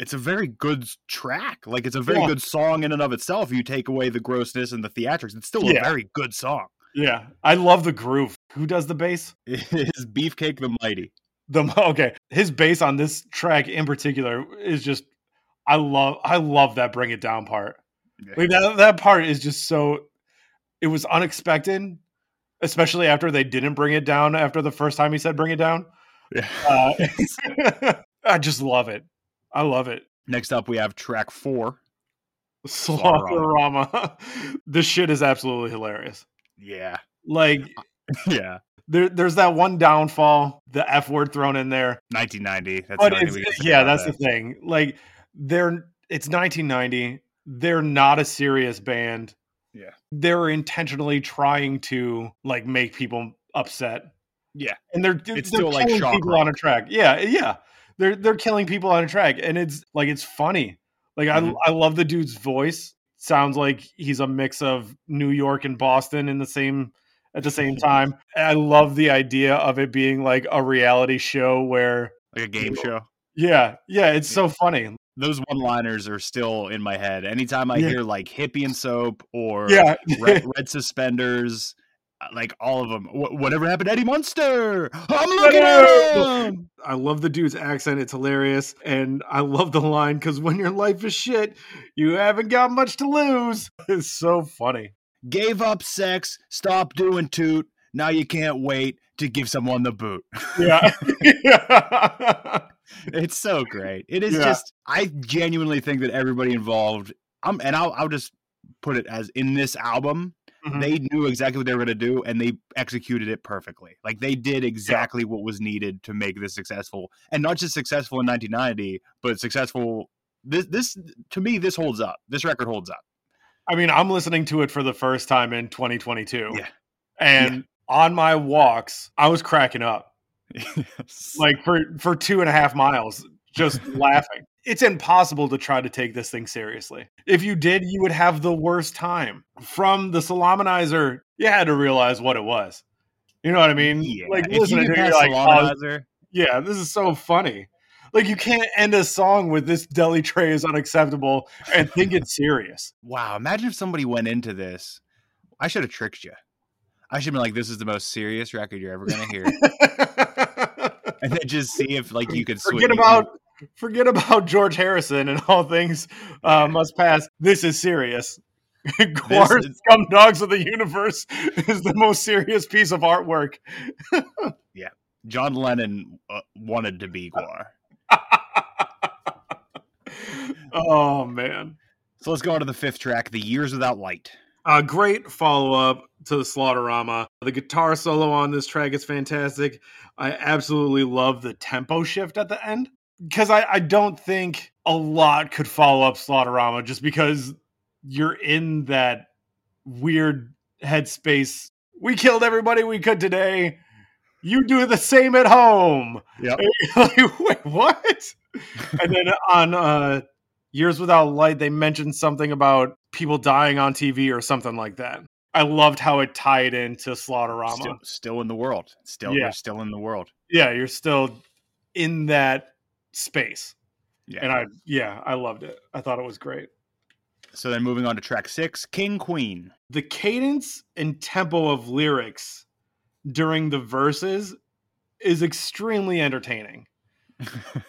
S4: it's a very good s- track. Like it's a very
S6: Yeah.
S4: good song in and of itself. You take away the grossness and the theatrics, it's still a
S6: Yeah.
S4: very good song. (laughs)
S6: Yeah, I love the groove. Who does the bass?
S4: It is Beefcake the Mighty.
S6: The (laughs) okay, his bass on this track in particular is just. I love I love that bring it down part. Like that that part is just so. It was unexpected, especially after they didn't bring it down after the first time he said bring it down.
S4: Yeah.
S6: Uh, (laughs) I just love it. I love it.
S4: Next up, we have track four. Slaughterama.
S6: Slaughterama. (laughs) this shit is absolutely hilarious.
S4: Yeah,
S6: Like
S4: (laughs) yeah,
S6: there, there's that one downfall, the F word thrown in there.
S4: 1990. That's
S6: But
S4: another
S6: it's,
S4: thing we can say
S6: yeah,
S4: about
S6: that's
S4: that.
S6: the thing. Like they're it's 1990. They're not a serious band.
S4: Yeah.
S6: They're intentionally trying to like make people upset.
S4: Yeah.
S6: And they're
S4: It's
S6: they're
S4: still, like,
S6: killing
S4: shock
S6: people
S4: rock.
S6: on a track. Yeah, yeah. They're they're killing people on a track and it's like it's funny. Like
S4: Mhm.
S6: I I love the dude's voice. Sounds like he's a mix of New York and Boston in the same at the
S4: (laughs)
S6: same time. And I love the idea of it being like a reality show where
S4: like a game show.
S6: yeah, yeah, it's so funny.
S4: Those one-liners are still in my head. Anytime I
S6: Yeah.
S4: hear like hippie and soap or
S6: Yeah, (laughs)
S4: red, red suspenders, uh, like all of them. Wh- whatever happened to Eddie Munster? I'm looking at him.
S6: I love the dude's accent. It's hilarious, and I love the line because when your life is shit, you haven't got much to lose. (laughs) It's so funny.
S4: Gave up sex. Stop doing toot. Now you can't wait to give someone the boot.
S6: Yeah, (laughs)
S4: It's so great. It is
S6: Yeah.
S4: just I genuinely think that everybody involved I'm and I'll I'll just put it as in this album,
S6: Mhm.
S4: they knew exactly what they were gonna do and they executed it perfectly. Like they did exactly what was needed to make this successful. And not just successful in nineteen ninety, but successful this this to me this holds up. This record
S6: (laughs)
S4: holds up.
S6: I mean, I'm listening to it for the first time in 2022,
S4: Yeah.
S6: and on my walks, I was cracking up. like for for two and a half miles
S4: (laughs)
S6: just laughing it's impossible to try to take this thing seriously if you did you would have the worst time from the salaminizer you had to realize what it was you know what i mean
S4: yeah.
S6: like
S4: If you
S6: listen
S4: get
S6: to it, you're
S4: past
S6: like oh,
S4: Solomonizer,
S6: yeah this is so funny like you can't end a song with this deli tray is unacceptable and think it's serious (laughs)
S4: wow, imagine if somebody went into this. I should have tricked you. I should have been like, this is the most serious record you're
S6: (laughs)
S4: ever gonna hear. and then just see if like you could
S6: forget about forget about George Harrison and all things uh, must pass. This is serious. (laughs) Guar's
S4: is-
S6: Scum Dogs of the Universe is the most serious piece of artwork.
S4: John Lennon uh, wanted to be Guar.
S6: Oh man.
S4: So let's go on to the fifth track, "The Years Without Light."
S6: A great follow up to the Slaughterama. The guitar solo on this track is fantastic. I absolutely love the tempo shift at the end because I, I don't think a lot could follow up Slaughterama just because you're in that weird headspace. We killed everybody we could today. You do the same at home.
S4: Yep.
S6: (laughs) Like, Wait, what? and then on uh, Years Without Light, they mentioned something about people dying on TV or something like that. I loved how it tied into Slaughterama.
S4: Still, still in the world. Still,
S6: Yeah.
S4: we're still in the world.
S6: yeah, you're still in that space.
S4: Yeah.
S6: And I, yeah, I loved it. I thought it was great.
S4: so then moving on to track six, "King Queen."
S6: The cadence and tempo of lyrics during the verses is extremely entertaining.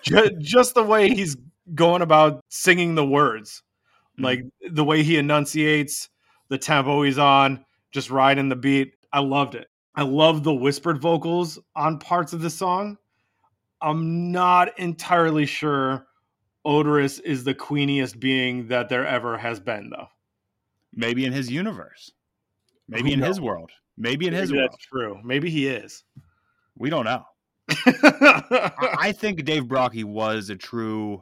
S6: Ju- just the way he's going about singing the words,
S4: Mhm.
S6: like the way he enunciates, the tempo he's on, just riding the beat. I loved it. I love the whispered vocals on parts of the song. I'm not entirely sure Odorous is the queeniest being that there ever has been, though.
S4: Maybe in his universe. Maybe
S6: Who
S4: in his world. Maybe in his
S6: Maybe
S4: world.
S6: that's true. Maybe he is. (laughs)
S4: We don't know. I I think Dave Brockie was a true.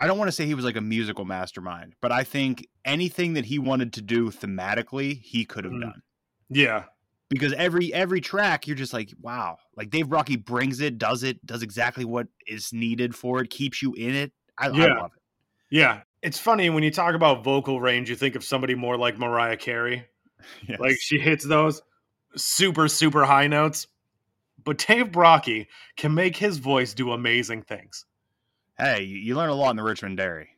S4: I don't want to say he was like a musical mastermind, but I think anything that he wanted to do thematically, he could have
S6: Mhm.
S4: done.
S6: yeah.
S4: Because every every track, you're just like, wow. Like Dave Brockie brings it, does it, does exactly what is needed for it, keeps you in it. I, I
S6: Yeah.
S4: love it.
S6: Yeah. It's funny when you talk about vocal range, you think of somebody more like Mariah Carey. Like she hits those super, super high notes. But Dave Brocky can make his voice do amazing things. (laughs)
S4: Hey, you, you learn a lot in the Richmond Dairy.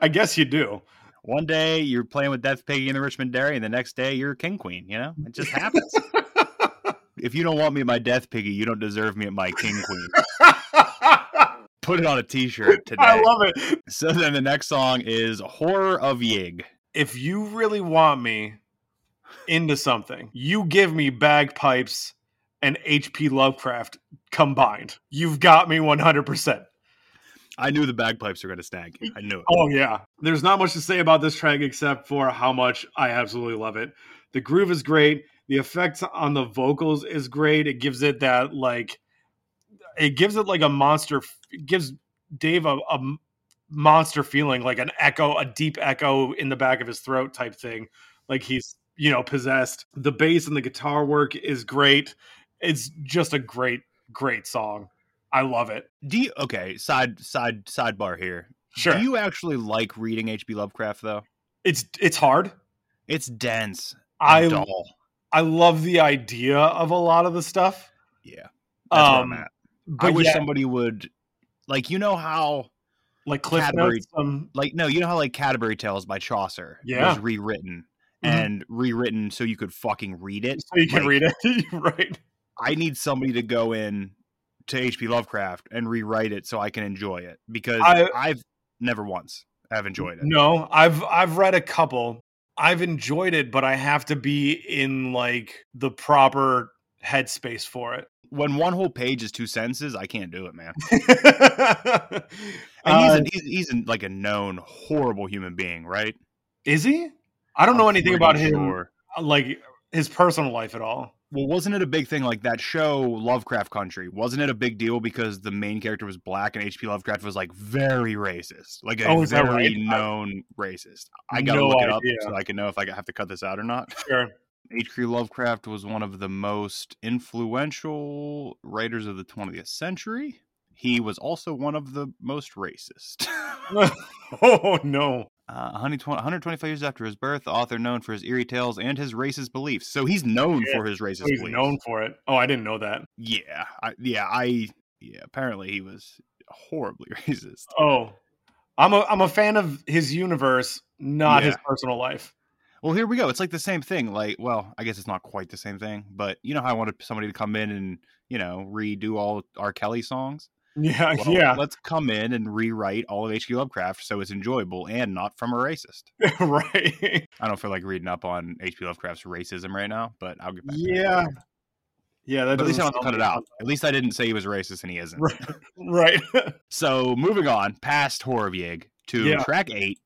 S6: I guess you do. (laughs)
S4: One day you're playing with Death Piggy in the Richmond Dairy, and the next day you're King Queen. You know, it just happens.
S6: (laughs)
S4: if you don't want me at my Death Piggy, you don't deserve me at my King Queen.
S6: I
S4: Put it on
S6: (laughs)
S4: a T-shirt today.
S6: love it.
S4: so then the next song is Horror of Yig.
S6: If you really want me into something, you give me bagpipes and HP Lovecraft combined. You've got me 100%.
S4: I knew the bagpipes were going to snag. you. I knew it.
S6: Oh yeah. There's not much to say about this track except for how much I absolutely love it. The groove is great. The effects on the vocals is great. It gives it that like it gives it like a monster it gives Dave a, a m- monster feeling like an echo, a deep echo in the back of his throat type thing. Like he's, you know, possessed. The bass and the guitar work is great. It's just a great great song. I love it.
S4: Do you okay? Side side sidebar here.
S6: Sure.
S4: Do you actually like reading H.P. Lovecraft though?
S6: it's it's hard.
S4: It's dense.
S6: I
S4: and dull.
S6: I love the idea of a lot of the stuff.
S4: Yeah. That's where I'm
S6: um,
S4: at.
S6: But
S4: I wish
S6: yeah,
S4: somebody would like you know how
S6: like Cliff
S4: Cadbury-
S6: Notes, um,
S4: like no you know how like Canterbury Tales by Chaucer
S6: Yeah.
S4: was rewritten
S6: Mhm.
S4: and rewritten so you could fucking read it.
S6: so you can
S4: Like,
S6: read it, (laughs) right?
S4: I need somebody to go in to H.P. Lovecraft and rewrite it so I can enjoy it because
S6: I-
S4: I've never once have enjoyed it.
S6: No, I've I've read a couple. I've enjoyed it, but I have to be in like the proper headspace for it. (laughs)
S4: When one whole page is two sentences, I can't do it, man.
S6: and
S4: And
S6: Uh,
S4: he's, an, he's, he's an, like a known horrible human being, right?
S6: is he? I don't know
S4: I'm
S6: anything
S4: pretty
S6: about him, uh,
S4: sure.
S6: like his personal life at all.
S4: Well, wasn't it a big thing like that show Lovecraft Country? Wasn't it a big deal because the main character was black and H.P. Lovecraft was like very racist, like a
S6: Oh, is that
S4: very
S6: right? I-
S4: known racist. I gotta
S6: No
S4: look it up
S6: idea.
S4: so I can know if I have to cut this out or not.
S6: Sure. (laughs)
S4: H.P. Lovecraft was one of the most influential writers of the 20th century. He was also one of the most racist. (laughs)
S6: oh no.
S4: Uh, 120 125 years after his birth, the author known for his eerie tales and his racist beliefs. So he's known
S6: Yeah,
S4: for his racist
S6: He's
S4: beliefs.
S6: known for it. Oh, I didn't know that.
S4: Yeah, I, yeah, I, yeah. Apparently, he was horribly (laughs) racist.
S6: Oh, I'm a I'm a fan of his universe, not his
S4: Yeah.
S6: personal
S4: (laughs)
S6: life.
S4: Well, here we go. It's like the same thing. Like, well, I guess it's not quite the same thing, but you know how I wanted somebody to come in and you know redo all R. Kelly
S6: (laughs)
S4: songs.
S6: Yeah,
S4: Well, Let's come in and rewrite all of H.P. Lovecraft so it's enjoyable and not from a racist.
S6: yeah, (laughs) right.
S4: I don't feel like reading up on H.P. Lovecraft's racism right now, but I'll get back. to that.
S6: yeah, yeah. That
S4: But at least I
S6: doesn't
S4: don't have to cut
S6: sound
S4: it
S6: like-
S4: out. At least I didn't say he was racist and he isn't.
S6: (laughs) Right. (laughs)
S4: So moving on past Horvig to
S6: Yeah.
S4: track eight,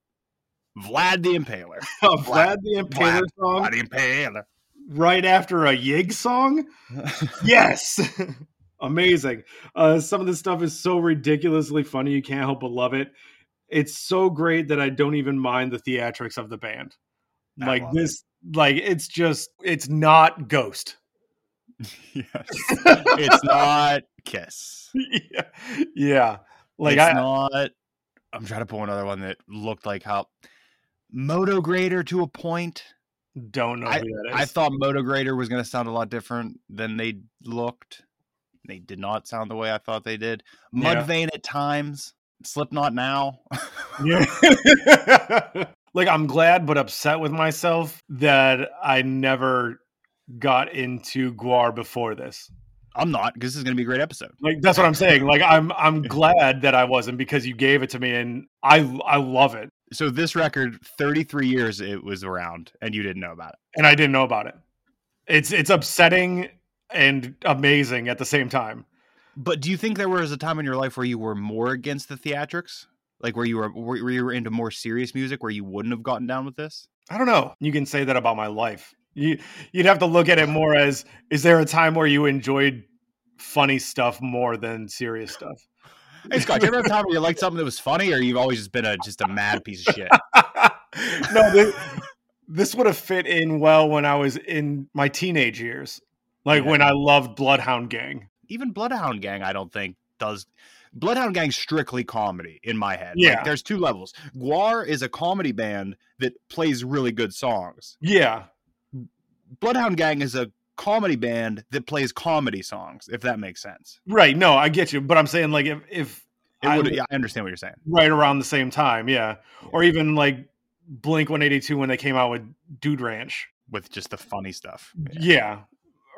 S4: Vlad the Impaler.
S6: Oh, Vlad the Impaler
S4: Vlad-
S6: song
S4: Vlad the Impaler.
S6: right after a Yig
S4: (laughs)
S6: song. yes. (laughs) Amazing. Uh, some of this stuff is so ridiculously funny. You can't help but love it. It's so great that I don't even mind the theatrics of the band.
S4: I
S6: Like
S4: love it.
S6: this, like it's just, it's not Ghost.
S4: yes, it's not Kiss.
S6: yeah. (laughs) yeah. Like
S4: it's
S6: I,
S4: not. I'm trying to pull another one that looked like how Moto Grader to a point.
S6: don't know who that is.
S4: I thought Moto Grader was going to sound a lot different than they looked. They did not sound the way I thought they did.
S6: Yeah.
S4: Mudvayne at times, Slipknot now. (laughs)
S6: Yeah. (laughs) like I'm glad but upset with myself that I never got into Guar before this.
S4: I'm not because this is going to be a great episode.
S6: Like that's what I'm saying. Like I'm
S4: (laughs)
S6: I'm glad that I wasn't because you gave it to me and I I love it
S4: so this record 33 years it was around and you didn't know about it
S6: and I didn't know about it. It's it's upsetting and amazing at the same time.
S4: but do you think there was a time in your life where you were more against the theatrics like where you were where where you were into more serious music where you wouldn't have gotten down with this
S6: I don't know. You can say that about my life. You you'd have to look at it more as is there a time where you enjoyed funny stuff more than serious stuff? (laughs)
S4: hey scott do you ever have a time where you liked something that was funny or you've always just been a just a mad piece of shit
S6: no, this, this would have fit in well when I was in my teenage years, like when I loved Bloodhound Gang.
S4: even bloodhound gang i don't think does bloodhound gang strictly comedy in my head
S6: Yeah.
S4: like, there's two levels guar is a comedy band that plays really good songs
S6: Yeah,
S4: bloodhound gang is a comedy band that plays comedy songs if that makes sense
S6: right. No, I get you, but I'm saying like if if
S4: It
S6: I
S4: would.
S6: would-
S4: yeah, I understand what you're saying.
S6: right around the same time, yeah. Or even like Blink 182 when they came out with Dude Ranch.
S4: With just the funny stuff.
S6: Yeah.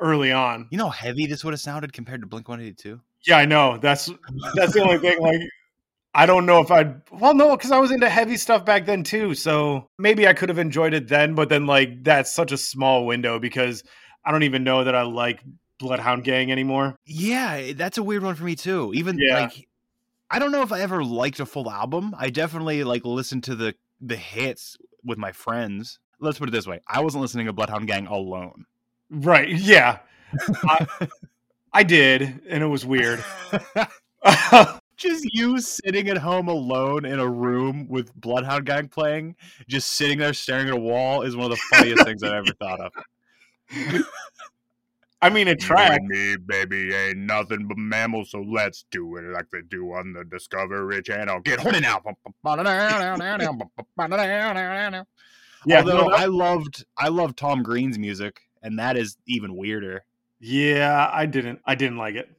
S6: early on.
S4: You know how heavy this would have sounded compared to Blink 182?
S6: Yeah, I know. That's that's the only thing like I don't know if I'd well no, because I was into heavy stuff back then too. So maybe I could have enjoyed it then, but then like that's such a small window because I don't even know that I like Bloodhound Gang anymore.
S4: Yeah, eh, that's a weird one for me too. Even
S6: Yeah.
S4: like I don't know if I ever liked a full album. I definitely like listened to the the hits with my friends. Let's put it this way. I wasn't listening to Bloodhound Gang alone.
S6: Right. Yeah. I, (laughs) I did, and it was (laughs) weird. yeah.
S4: just you sitting at home alone in a room with Bloodhound Gang playing, just sitting there staring at a wall is one of the funniest things I've ever thought of.
S6: I mean, it tracked.
S4: Me, baby, ain't nothing but mammals, so let's do it like they do on the Discovery Channel. Get horny now.
S6: Yeah.
S4: Although
S6: no,
S4: I loved, I love Tom Green's music, and that is even weirder.
S6: yeah, I didn't. I didn't like it.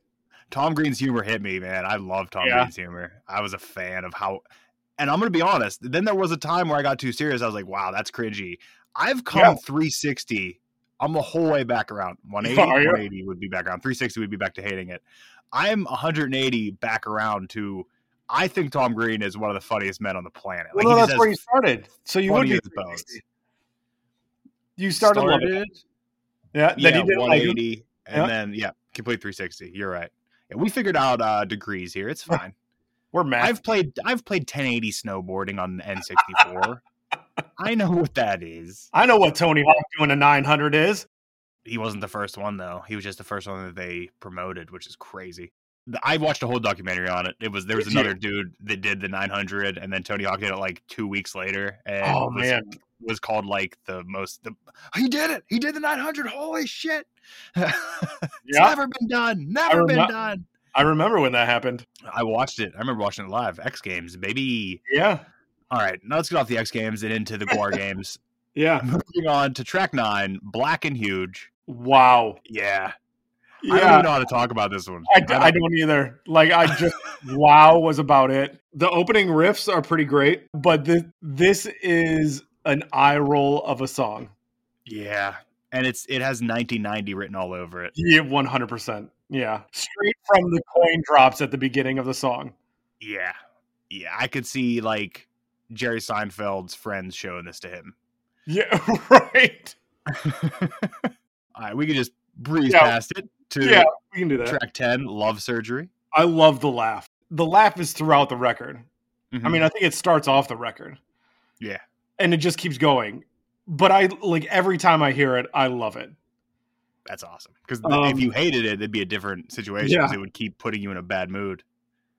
S4: Tom Green's humor hit me, man. I love Tom
S6: Yeah.
S4: Green's humor. I was a fan of how, and I'm gonna be honest. Then there was a time where I got too serious. I was like, wow, that's cringy. I've come
S6: Yeah.
S4: 360. I'm the whole way
S6: (laughs)
S4: back around. 180,
S6: Are you?
S4: 180 would be back around. 360 would be back to hating it. I'm 180 back around to. I think Tom Green is one of the funniest men on the planet.
S6: Well,
S4: he
S6: no,
S4: just
S6: that's
S4: has
S6: where you started. So you would
S4: funny
S6: be.
S4: as bones.
S6: 360. You started, loving it. Yeah.
S4: yeah,
S6: That you didn't like. it.
S4: 180, and
S6: Yeah.
S4: then yeah, complete 360. You're right. Yeah, we figured out uh, degrees here. It's fine.
S6: We're mad.
S4: I've played I've played 1080 snowboarding on an N64.
S6: (laughs)
S4: I know what that is.
S6: I know what Tony Hawk doing a 900 is.
S4: He wasn't the first one though. He was just the first one that they promoted, which is crazy. The- I watched a whole documentary on it. It was there was
S6: Did you?
S4: another dude that did the 900, and then Tony Hawk did it like two weeks later, and
S6: oh
S4: was,
S6: man.
S4: was called like the most. The, he did it. He did the 900. Holy shit! (laughs) it's
S6: Yeah.
S4: never been done. Never been
S6: remem-
S4: done.
S6: I remember when that happened.
S4: I watched it. I remember watching it live. X Games, baby.
S6: Yeah.
S4: All right, now let's get off the X Games and into
S6: (laughs)
S4: the Guar Games.
S6: Yeah.
S4: Moving on to track nine, Black and Huge.
S6: Wow.
S4: Yeah, I don't even
S6: Yeah.
S4: know how to talk about this one.
S6: I, d- I don't either. Like I
S4: (laughs)
S6: just wow was about it. The opening riffs are pretty great, but thi- this is an eye roll of a song.
S4: Yeah, and it's it has 1990 written all over it.
S6: Yeah, one hundred percent. Yeah, straight from the coin drops at the beginning of the song.
S4: Yeah, yeah, I could see like Jerry Seinfeld's friends showing this
S6: (laughs)
S4: to him.
S6: Yeah, right.
S4: All right, we could just breeze
S6: Yeah.
S4: past it to
S6: Yeah, we can do that.
S4: track ten, Love Surgery.
S6: I love the laugh. The laugh is throughout the record. I
S4: Mhm.
S6: mean, I think it starts off the record.
S4: Yeah.
S6: and it just keeps going. But I like every time I hear it, I love it.
S4: that's awesome because
S6: Um,
S4: if you hated it, it'd be a different situation. 'cause
S6: Yeah.
S4: It would keep putting you in a bad mood.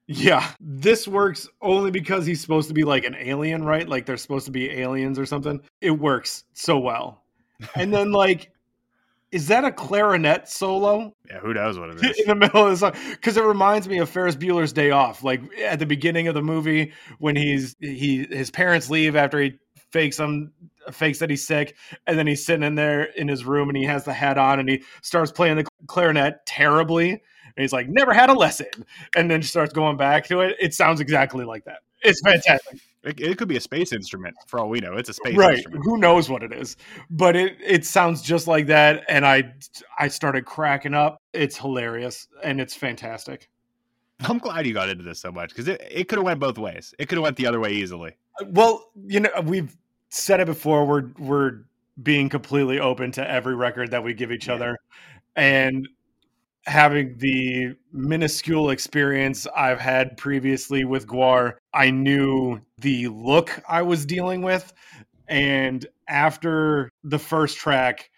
S6: Yeah, this works only because he's supposed to be like an alien, right? Like they're supposed to be aliens or something. It works so well. And then like is that a clarinet solo
S4: Yeah, who knows what
S6: (laughs)
S4: it
S6: in
S4: is?
S6: the middle of the song? Because it reminds me of Ferris Bueller's Day Off. Like at the beginning of the movie, when he's he his parents leave after he fakes him fakes that he's sick, and then he's sitting in there in his room and he has the hat on and he starts playing the clarinet terribly. And he's like, never had a lesson. And then starts going back to it. It sounds exactly like that. It's fantastic.
S4: It, it could be a space instrument for all we know. It's a space
S6: right.
S4: instrument.
S6: Who knows what it is? But it, it sounds just like that. And I I started cracking up. It's hilarious and it's fantastic.
S4: I'm glad you got into this so much because it, it could have went both ways. It could have went the other way easily.
S6: Well, you know, we've said it before. We're we're being completely open to every record that we give each other, and having the minuscule experience I've had previously with Guar, I knew the look I was dealing with, and after the first track,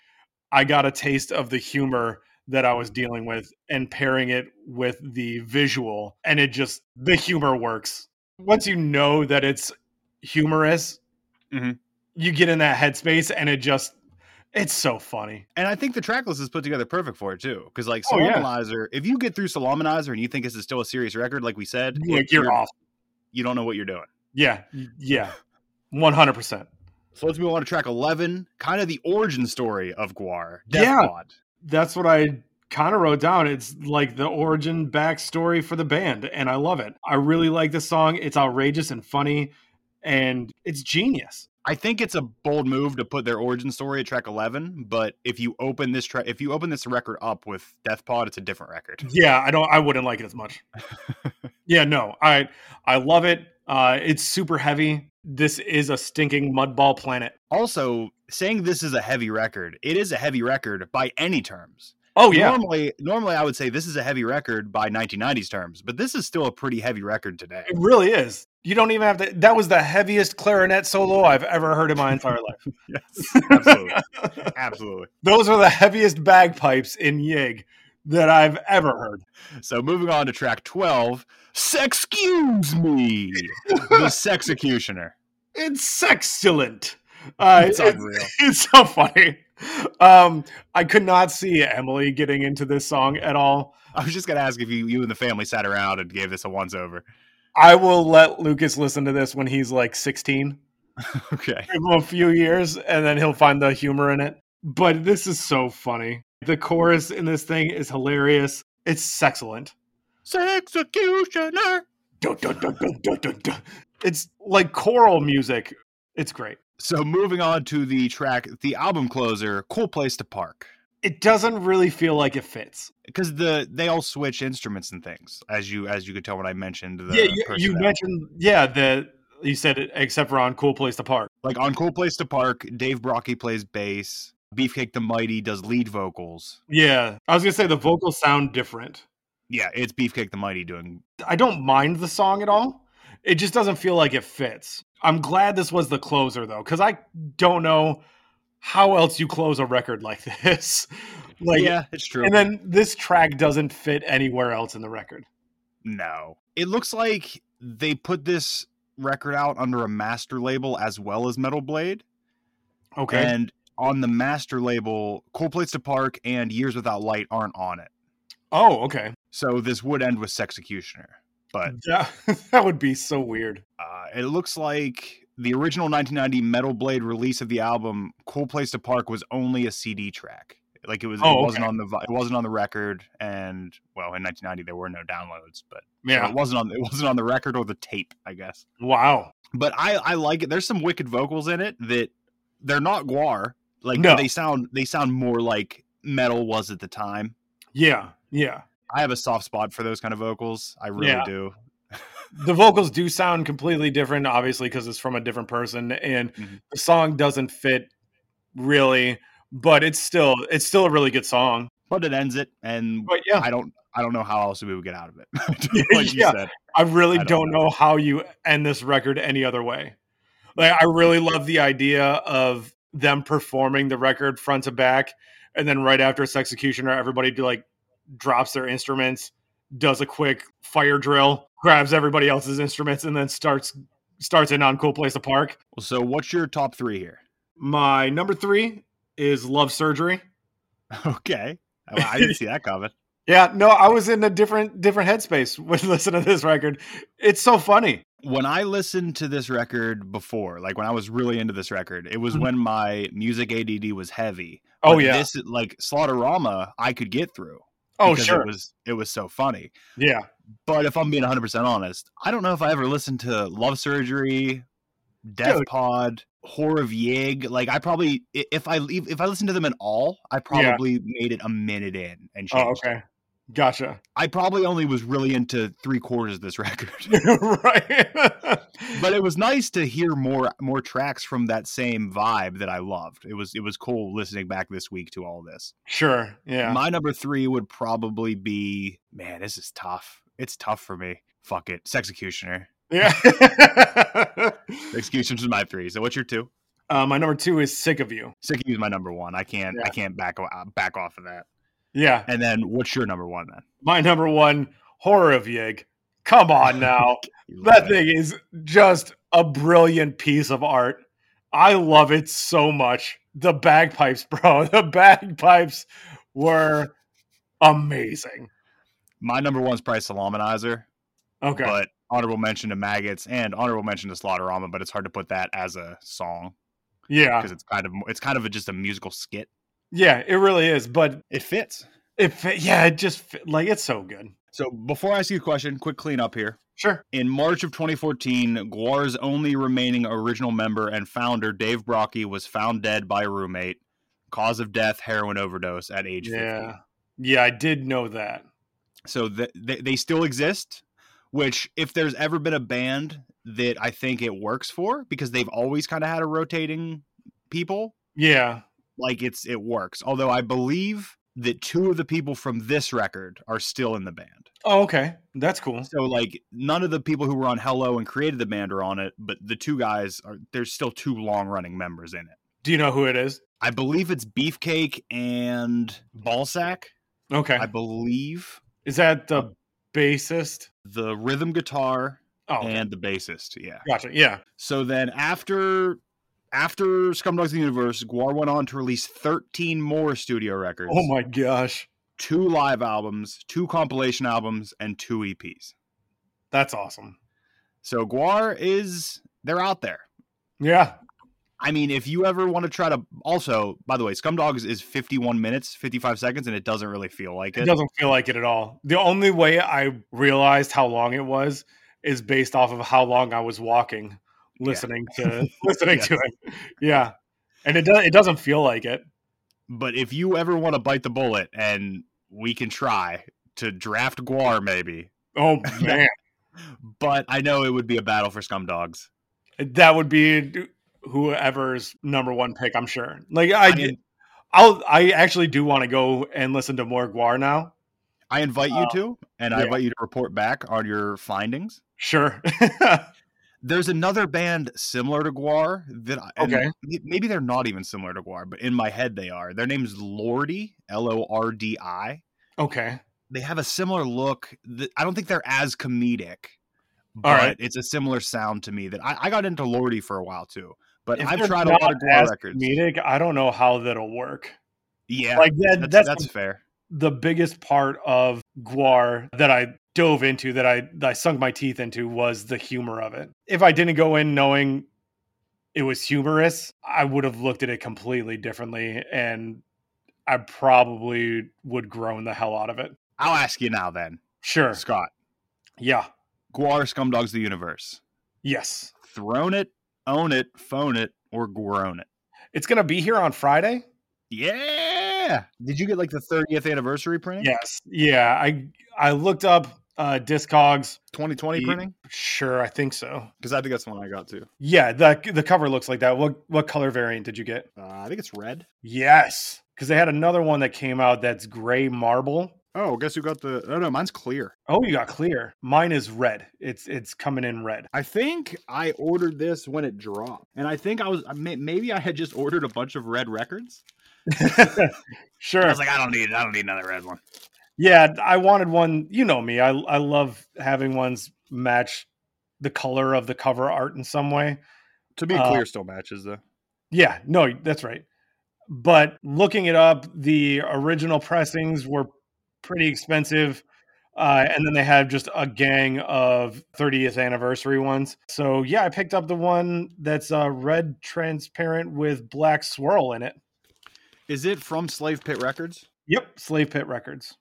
S6: I got a taste of the humor that I was dealing with and pairing it with the visual and it just the humor works. Once you know that it's humorous, Mm-hmm.
S4: Mhm.
S6: you get in that headspace and it just it's so funny.
S4: And I think the track list is put together perfect for it too. Because like
S6: Oh, yeah.
S4: Salamanizer, if you get through Salamanizer and you think this is still a serious record, like we said,
S6: Like you're off.
S4: you don't know what you're doing.
S6: Yeah. y- Yeah. 100%.
S4: So let's move on to track 11, kind of the origin story of Guar, Death
S6: Yeah.
S4: Pod.
S6: That's what I Connor wrote down it's like the origin backstory for the band, and I love it. I really like this song. It's outrageous and funny, and it's genius.
S4: I think it's a bold move to put their origin story at track 11, but if you open this track, if you open this record up with Death Pod, it's a different record.
S6: Yeah, I don't. I wouldn't like it as (laughs) much. yeah, no, I I love it. Uh, it's super heavy. This is a stinking mudball planet.
S4: Also, saying this is a heavy record, it is a heavy record by any terms.
S6: Oh yeah,
S4: Normally, normally I would say this is a heavy record by 1990s terms, but this is still a pretty heavy
S6: (laughs)
S4: record today.
S6: it really is. You don't even have to. That was the heaviest clarinet solo I've ever heard in my entire life.
S4: Yes, absolutely, absolutely.
S6: Those are the heaviest bagpipes in Yig that I've ever heard.
S4: So moving on to track 12, Sexcuse Me,
S6: (laughs)
S4: The Sex Executioner.
S6: It's excellent. Uh,
S4: It's unreal.
S6: (laughs) it's so funny. Um, I could not see Emily getting into this song at all.
S4: I was just going to ask if you, you and the family sat around and gave this a once over. (laughs)
S6: I will let Lucas listen to this when he's like 16,
S4: Okay.
S6: give him a few years, and then he'll find the humor in it. But this is so funny. The chorus in this thing is hilarious. It's excellent.
S4: Sexecutioner.
S6: Dun, dun, dun, dun, dun, dun, dun. It's like choral music. It's great.
S4: So moving on to the track, the album closer, Cool Place to Park.
S6: It doesn't really feel like it fits.
S4: Because the they all switch instruments and things, as you as you could tell when I mentioned the
S6: yeah, you, you
S4: personnel.
S6: mentioned yeah the you said it, except for on cool place to park.
S4: like on Cool Place to Park, Dave Brocky plays bass, Beefcake the Mighty does lead vocals.
S6: Yeah, I was gonna say the vocals sound different.
S4: Yeah, it's Beefcake the Mighty doing
S6: I don't mind the song at all. It just doesn't feel like it fits. I'm glad this was the closer though, because I don't know how else you close a record like (laughs) this. like,
S4: yeah, it's true.
S6: and then this track doesn't fit anywhere else in the record.
S4: No. It looks like they put this record out under a master label as well as Metal Blade.
S6: Okay,
S4: And on the master label, Cool Plates to Park and Years Without Light aren't on it.
S6: oh, okay,
S4: So this would end with Sexecutioner.
S6: (laughs)
S4: But
S6: that, that would be so weird.
S4: uh, it looks like the original 1990 Metal Blade release of the album Cool Place to Park was only a CD track. Like it was,
S6: Oh,
S4: it wasn't
S6: okay.
S4: on the vi- it wasn't on the record, and well, in 1990 there were no downloads, but so
S6: Yeah,
S4: it wasn't on it wasn't on the record or the tape, I guess.
S6: wow.
S4: but I I like it. There's some wicked vocals in it that they're not guar. Like
S6: No.
S4: they sound they sound more like metal was at the time.
S6: Yeah, yeah.
S4: I have a soft spot for those kind of vocals. I really
S6: Yeah.
S4: do.
S6: the vocals do sound completely different obviously because it's from a different person and
S4: Mhm.
S6: the song doesn't fit really but it's still it's still a really good song
S4: But it ends it, and
S6: but yeah
S4: (laughs) I don't I don't know how else we would get out of it. (laughs) like you
S6: Yeah.
S4: said,
S6: i really
S4: I
S6: don't,
S4: don't know.
S6: know how you end this record any other way like i really love the idea of them performing the record front to back and then right after it's executioner everybody do like drops their instruments does a quick fire drill grabs everybody else's instruments and then starts starts in on cool place to park
S4: so what's your top three here? (laughs)
S6: My number three is Love Surgery.
S4: Okay, I,
S6: (laughs)
S4: I didn't see that coming.
S6: Yeah, no, I was in a different different headspace (laughs) when listening to this record. It's so funny.
S4: When I listened to this record before, like when I was really into this record, it was
S6: Mhm.
S4: when my music ADD was heavy.
S6: Oh
S4: But
S6: yeah.
S4: this like Slaughterama, I could get through.
S6: oh
S4: because
S6: sure.
S4: it was it was so funny.
S6: yeah.
S4: But if I'm being 100 percent honest, I don't know if I ever listened to Love Surgery, Death
S6: Dude.
S4: Pod, Horror of Yig. Like I probably i- if I leave if I listened to them at all, I probably made it a minute in and changed.
S6: Oh okay. Gotcha.
S4: I probably only was really into three quarters of this (laughs) record.
S6: (laughs) right. (laughs)
S4: but it was nice to hear more more tracks from that same vibe that I loved. It was it was cool listening back this week to all this.
S6: sure. Yeah.
S4: My number three would probably be man, this is tough. It's tough for me. Fuck it. It's executioner.
S6: yeah. (laughs)
S4: Executioner's is my three. So what's your two?
S6: uh, my number two is Sick of You.
S4: Sicky is my number one. I can't I
S6: Yeah.
S4: can't back o- uh, back off of that.
S6: Yeah.
S4: And then what's your number one then?
S6: My number one, Horror of Yig. Come on now.
S4: You
S6: That
S4: love it.
S6: thing is just a brilliant piece of art. I love it so much. The bagpipes, (laughs) bro. The bagpipes were amazing.
S4: My number one's probably Salamanizer,
S6: Okay.
S4: but honorable mention to Maggots and honorable mention to Slaughterama, but it's hard to put that as a song
S6: yeah.
S4: because it's kind of it's kind of a, just a musical skit.
S6: Yeah, it really is. But
S4: It fits.
S6: It fit, yeah, it just fit, like it's so good.
S4: So before I ask you a question, quick cleanup here.
S6: Sure.
S4: In March of 2014, Guar's only remaining original member and founder, Dave Brocky, was found dead by a roommate. Cause of death, heroin overdose at age 50.
S6: Yeah. Yeah, I did know that.
S4: So th- they, they still exist, which, if there's ever been a band that I think it works for, because they've always kind of had a rotating people,
S6: Yeah.
S4: like it's it works. Although I believe that two of the people from this record are still in the band.
S6: Oh, okay. That's cool.
S4: So like none of the people who were on Hello and created the band are on it, but the two guys are there's still two long running members in it.
S6: Do you know who it is?
S4: I believe it's Beefcake and Ballsack.
S6: Okay.
S4: I believe
S6: Is that the bassist?
S4: the rhythm guitar
S6: Oh, okay.
S4: and the bassist. Yeah.
S6: gotcha. Yeah.
S4: So then after after Scumdogs of the Universe, Guar went on to release 13 more studio records,
S6: Oh my gosh.
S4: two live albums, two compilation albums, and two EPs.
S6: That's awesome.
S4: So Guar is they're out there.
S6: Yeah.
S4: I mean, if you ever want to try to also, by the way, Scumdogs is 51 minutes, 55 seconds, and it doesn't really feel like
S6: It
S4: it.
S6: doesn't feel like it at all. The only way I realized how long it was is based off of how long I was walking listening
S4: (laughs)
S6: to listening to it. Yeah. And it does it doesn't feel like it.
S4: But if you ever want to bite the bullet, and we can try to draft Guar maybe, (laughs)
S6: Oh man.
S4: but I know it would be a battle for Scumdogs.
S6: that would be whoever's number one pick, I'm sure. Like I,
S4: I mean-
S6: I'll I actually do want to go and listen to more Guar now.
S4: I invite you
S6: Oh,
S4: to, and I
S6: yeah.
S4: invite you to report back on your findings.
S6: Sure. (laughs)
S4: There's another band similar to Guar that I, and
S6: Okay.
S4: may- maybe they're not even similar to Guar, but in my head they are. Their name's Lordi, L O R D I.
S6: okay.
S4: they have a similar look. That, I don't think they're as comedic, but
S6: right.
S4: it's a similar sound to me. That I, I got into Lordy for a while too, but
S6: If
S4: I've
S6: they're
S4: tried a lot
S6: not
S4: of Guar
S6: as
S4: records.
S6: Comedic, I don't know how that'll work.
S4: Yeah,
S6: like that,
S4: that's,
S6: that's,
S4: that's, fair.
S6: the biggest part of Guar that I dove into that I that I sunk my teeth into was the humor of it. If I didn't go in knowing it was humorous, I would have looked at it completely differently and I probably would groan the hell out of it.
S4: I'll ask you now then,
S6: Sure.
S4: Scott.
S6: Yeah.
S4: Guar, Scumdogs, of the Universe.
S6: Yes.
S4: Thrown it, own it, phone it, or grown it.
S6: It's going to be here on Friday?
S4: Yeah. Did you get like the 30th anniversary printing?
S6: Yes. Yeah, I I looked up uh Discogs.
S4: 2020
S6: Ye-
S4: printing?
S6: Sure, I think so.
S4: Because I think that's the one I got too.
S6: Yeah, the the cover looks like that. What what color variant did you get?
S4: Uh, I think it's red.
S6: Yes, because they had another one that came out that's gray marble.
S4: Oh, guess who got the? Oh no, mine's clear.
S6: Oh, you got clear. Mine is red. It's it's coming in red. (laughs)
S4: I think I ordered this when it dropped, and I think I was I may- maybe I had just ordered a bunch of red records.
S6: sure.
S4: like, I don't need, I don't need another red one.
S6: yeah, I wanted one. You know me. I I love having ones match the color of the cover art in some way.
S4: To be
S6: Uh,
S4: clear, still matches though.
S6: Yeah, no, that's right. But looking it up, the original pressings were pretty expensive. Uh, and then they have just a gang of 30th anniversary ones. So yeah, I picked up the one that's uh, red transparent with black swirl in it.
S4: Is it from Slave Pit Records?
S6: Yep, Slave Pit Records.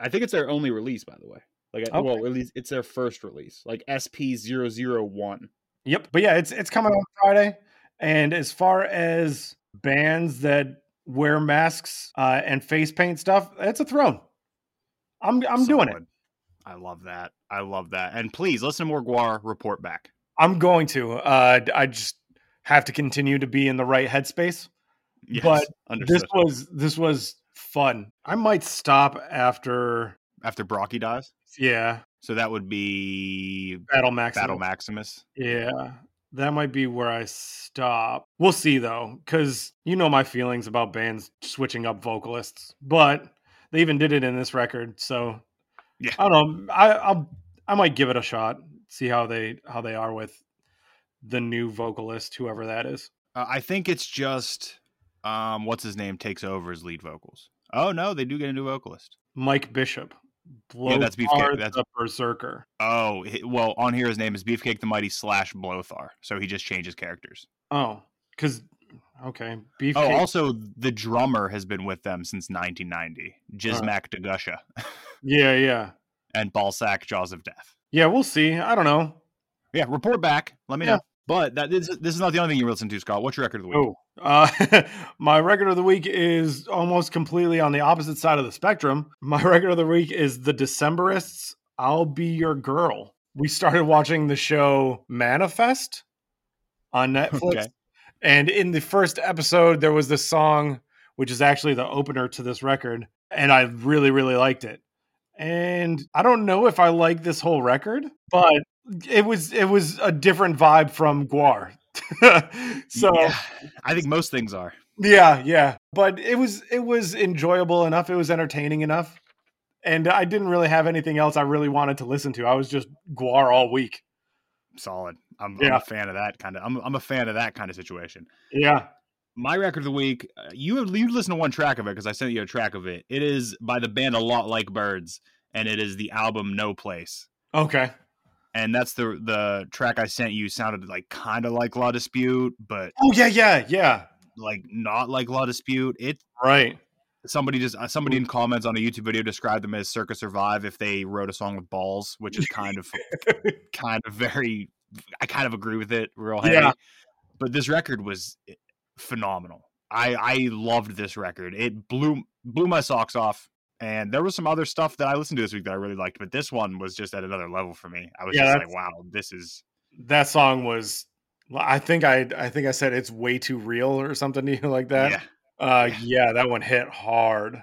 S4: I think it's their only release, by the way. Like,
S6: Okay.
S4: well, at least it's their first release, like SP 001
S6: Yep, but yeah, it's it's coming on Friday. And as far as bands that wear masks uh, and face paint stuff, it's a throne. I'm I'm doing it.
S4: I love that. I love that. And please listen to more Guar. Report back.
S6: I'm going to. Uh, I just have to continue to be in the right headspace.
S4: Yes,
S6: But
S4: understood.
S6: This was this was fun. I might stop after.
S4: after Brocky dies,
S6: Yeah,
S4: so that would be
S6: Battle Max.
S4: Battle Maximus.
S6: Yeah, that might be where I stop. We'll see though, because you know my feelings about bands switching up vocalists, but they even did it in this record. So
S4: Yeah.
S6: I don't know. I I'll, I might give it a shot. See how they how they are with the new vocalist, whoever that is.
S4: Uh, I think it's just um, what's his name takes over as lead vocals. Oh no, they do get a new vocalist.
S6: Mike Bishop.
S4: Yeah, that's Beefcake.
S6: Blowhard
S4: That's-
S6: the Berserker.
S4: Oh hi- well, on here his name is Beefcake the Mighty slash Blothar, so he just changes characters.
S6: Oh, because Okay. Beefcake.
S4: Oh, also the drummer has been with them since 1990.
S6: Uh-huh.
S4: Jizmac Dagusha
S6: yeah, yeah.
S4: and Ballsack Jaws of Death.
S6: Yeah, we'll see. I don't know.
S4: Yeah, report back. Let me
S6: Yeah.
S4: know. But that this, this is not the only thing you listen to, Scott. What's your record of the week?
S6: Oh, uh, (laughs) my record of the week is almost completely on the opposite side of the spectrum. (laughs) My record of the week is The Decemberists. I'll be your girl. We started watching the show Manifest on Netflix,
S4: (laughs) Okay.
S6: and in the first episode, there was this song, which is actually the opener to this record, and I really, really liked it. And I don't know if I like this whole record, but it was it was a different vibe from Guar. (laughs) so
S4: Yeah, I think most things are.
S6: yeah, yeah. But it was it was enjoyable enough. It was entertaining enough. And I didn't really have anything else I really wanted to listen to. I was just guar all week.
S4: solid. I'm, I'm
S6: Yeah.
S4: a fan of that kind of. I'm, I'm a fan of that kind of situation.
S6: Yeah.
S4: My record of the week, uh, you you listen to one track of it because I sent you a track of it. It is by the band A Lot Like Birds, and it is the album No Place.
S6: Okay.
S4: And that's the the track I sent you sounded like kind of like Law Dispute, but
S6: Oh yeah, yeah, yeah.
S4: like not like Law Dispute. It
S6: Right.
S4: somebody just uh, somebody in comments on a YouTube video described them as Circus Survive if they wrote a song with balls, which is kind
S6: (laughs)
S4: of kind of very. I kind of agree with it, real heavy.
S6: Yeah.
S4: But this record was eh, phenomenal. I I loved this record. It blew blew my socks off. And there was some other stuff that I listened to this week that I really liked, but this one was just at another level for me. I was
S6: Yeah,
S4: just like, wow, this is
S6: That song was I think I I think I said it's way too real or something (laughs) to you like that.
S4: yeah.
S6: Uh yeah, that one hit hard.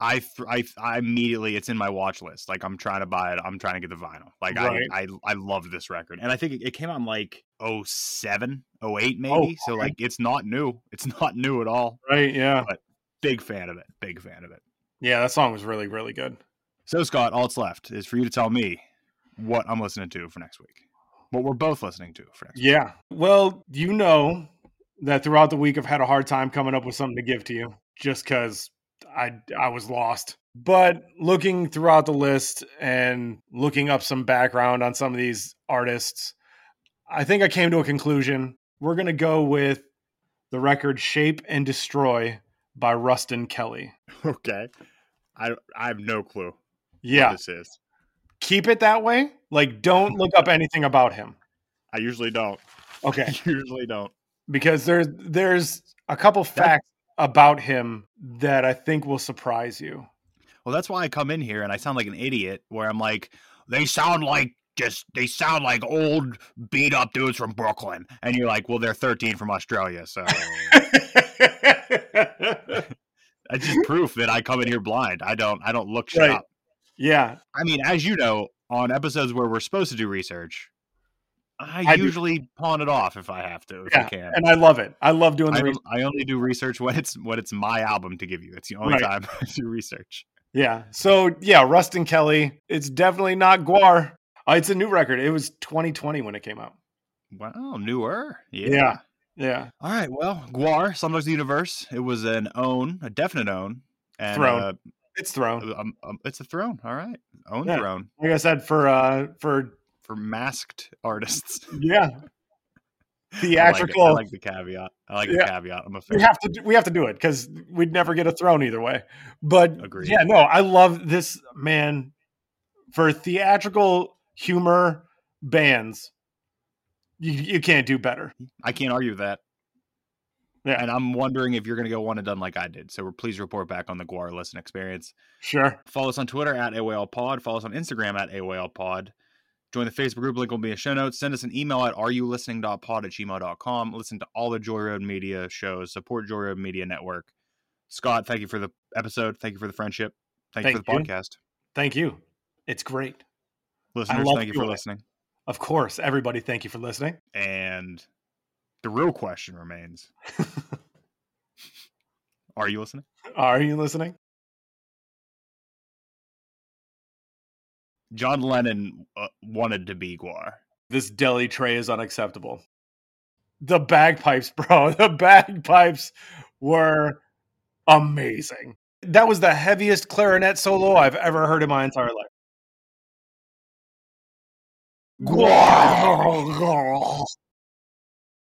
S4: I, th- I I immediately it's in my watch list. Like I'm trying to buy it. I'm trying to get the vinyl. Like
S6: Right.
S4: I I I love this record, and I think it, it came out in like 07, 08 maybe. So
S6: okay.
S4: like it's not new. It's (laughs) not new at all.
S6: Right? Yeah.
S4: Big fan of it. Big fan of it.
S6: Yeah, that song was really really good.
S4: So Scott, all it's left is for you to tell me what I'm listening to for next week. What we're both listening to for next. week.
S6: Yeah. Well, you know that throughout the week I've had a hard time coming up with something to give to you just because I I was lost. But looking throughout the list and looking up some background on some of these artists, I think I came to a conclusion. We're gonna go with the record Shape and Destroy by Rustin Kelly.
S4: (laughs) Okay. I I have no clue. what
S6: Yeah.
S4: this is.
S6: Keep it that way. Like don't look up anything about him.
S4: I usually don't. (laughs)
S6: Okay.
S4: usually don't.
S6: because there's there's a couple facts about him that I think will surprise
S4: (laughs)
S6: you.
S4: Well, that's why I come in here and I sound like an idiot, where I'm like, they sound like just, they sound like old beat up dudes from Brooklyn. And you're like, well, they're 13 from Australia. So that's
S6: (laughs)
S4: just proof that I come in here blind. I don't, I don't look shit
S6: Right.
S4: up.
S6: yeah,
S4: I mean, as you know, on episodes where we're supposed to do research, I,
S6: I do-
S4: usually pawn it off if I have to, if
S6: Yeah,
S4: I can.
S6: and I love it. I love doing the
S4: I,
S6: research.
S4: I only do research when it's when it's my album to give you. It's the only
S6: Right.
S4: time (laughs) I do research.
S6: Yeah. So yeah, Rustin Kelly. It's definitely not Guar. Uh, it's a new record. It was 2020 when it came out.
S4: Wow, newer.
S6: Yeah. Yeah.
S4: All right. Well, Guar, Slumdogs of the Universe. It was an own, a definite own. And,
S6: Throne.
S4: uh,
S6: It's thrown.
S4: um, um, it's a throne. All right. Own
S6: Yeah.
S4: throne
S6: Like I said, for uh for
S4: for masked artists. (laughs) I like
S6: yeah.
S4: it. I like
S6: Theatrical.
S4: the caveat. I like the
S6: Yeah.
S4: caveat. I'm a fan.
S6: we have to do, we have to do it because we'd never get a throne either way. But
S4: Agreed.
S6: yeah, no, I love this man for theatrical humor bands. You you can't do better.
S4: I can't argue with that.
S6: Yeah.
S4: And I'm wondering if you're going to go one and done like I did. So please report back on the Guar listen experience.
S6: Sure.
S4: Follow us on Twitter at AWLPod. Follow us on Instagram at AWLPod. Join the Facebook group. Link will be in the show notes. Send us an email at areyoulistening.pod at gmail.com. Listen to all the Joy Road Media shows. Support Joy Road Media Network. Scott, thank you for the episode. Thank you for the friendship. Thank, you for the
S6: Thank
S4: podcast.
S6: Thank you. It's great.
S4: Listeners,
S6: love
S4: thank you for
S6: doing it.
S4: listening.
S6: Of course, everybody. Thank you for listening.
S4: And the real question
S6: (laughs)
S4: remains Are you listening?
S6: Are you listening?
S4: John Lennon uh, wanted to be Guar.
S6: This deli tray is unacceptable. The bagpipes, (laughs) bro. The bagpipes were amazing. That was the heaviest clarinet solo I've ever heard in my entire life.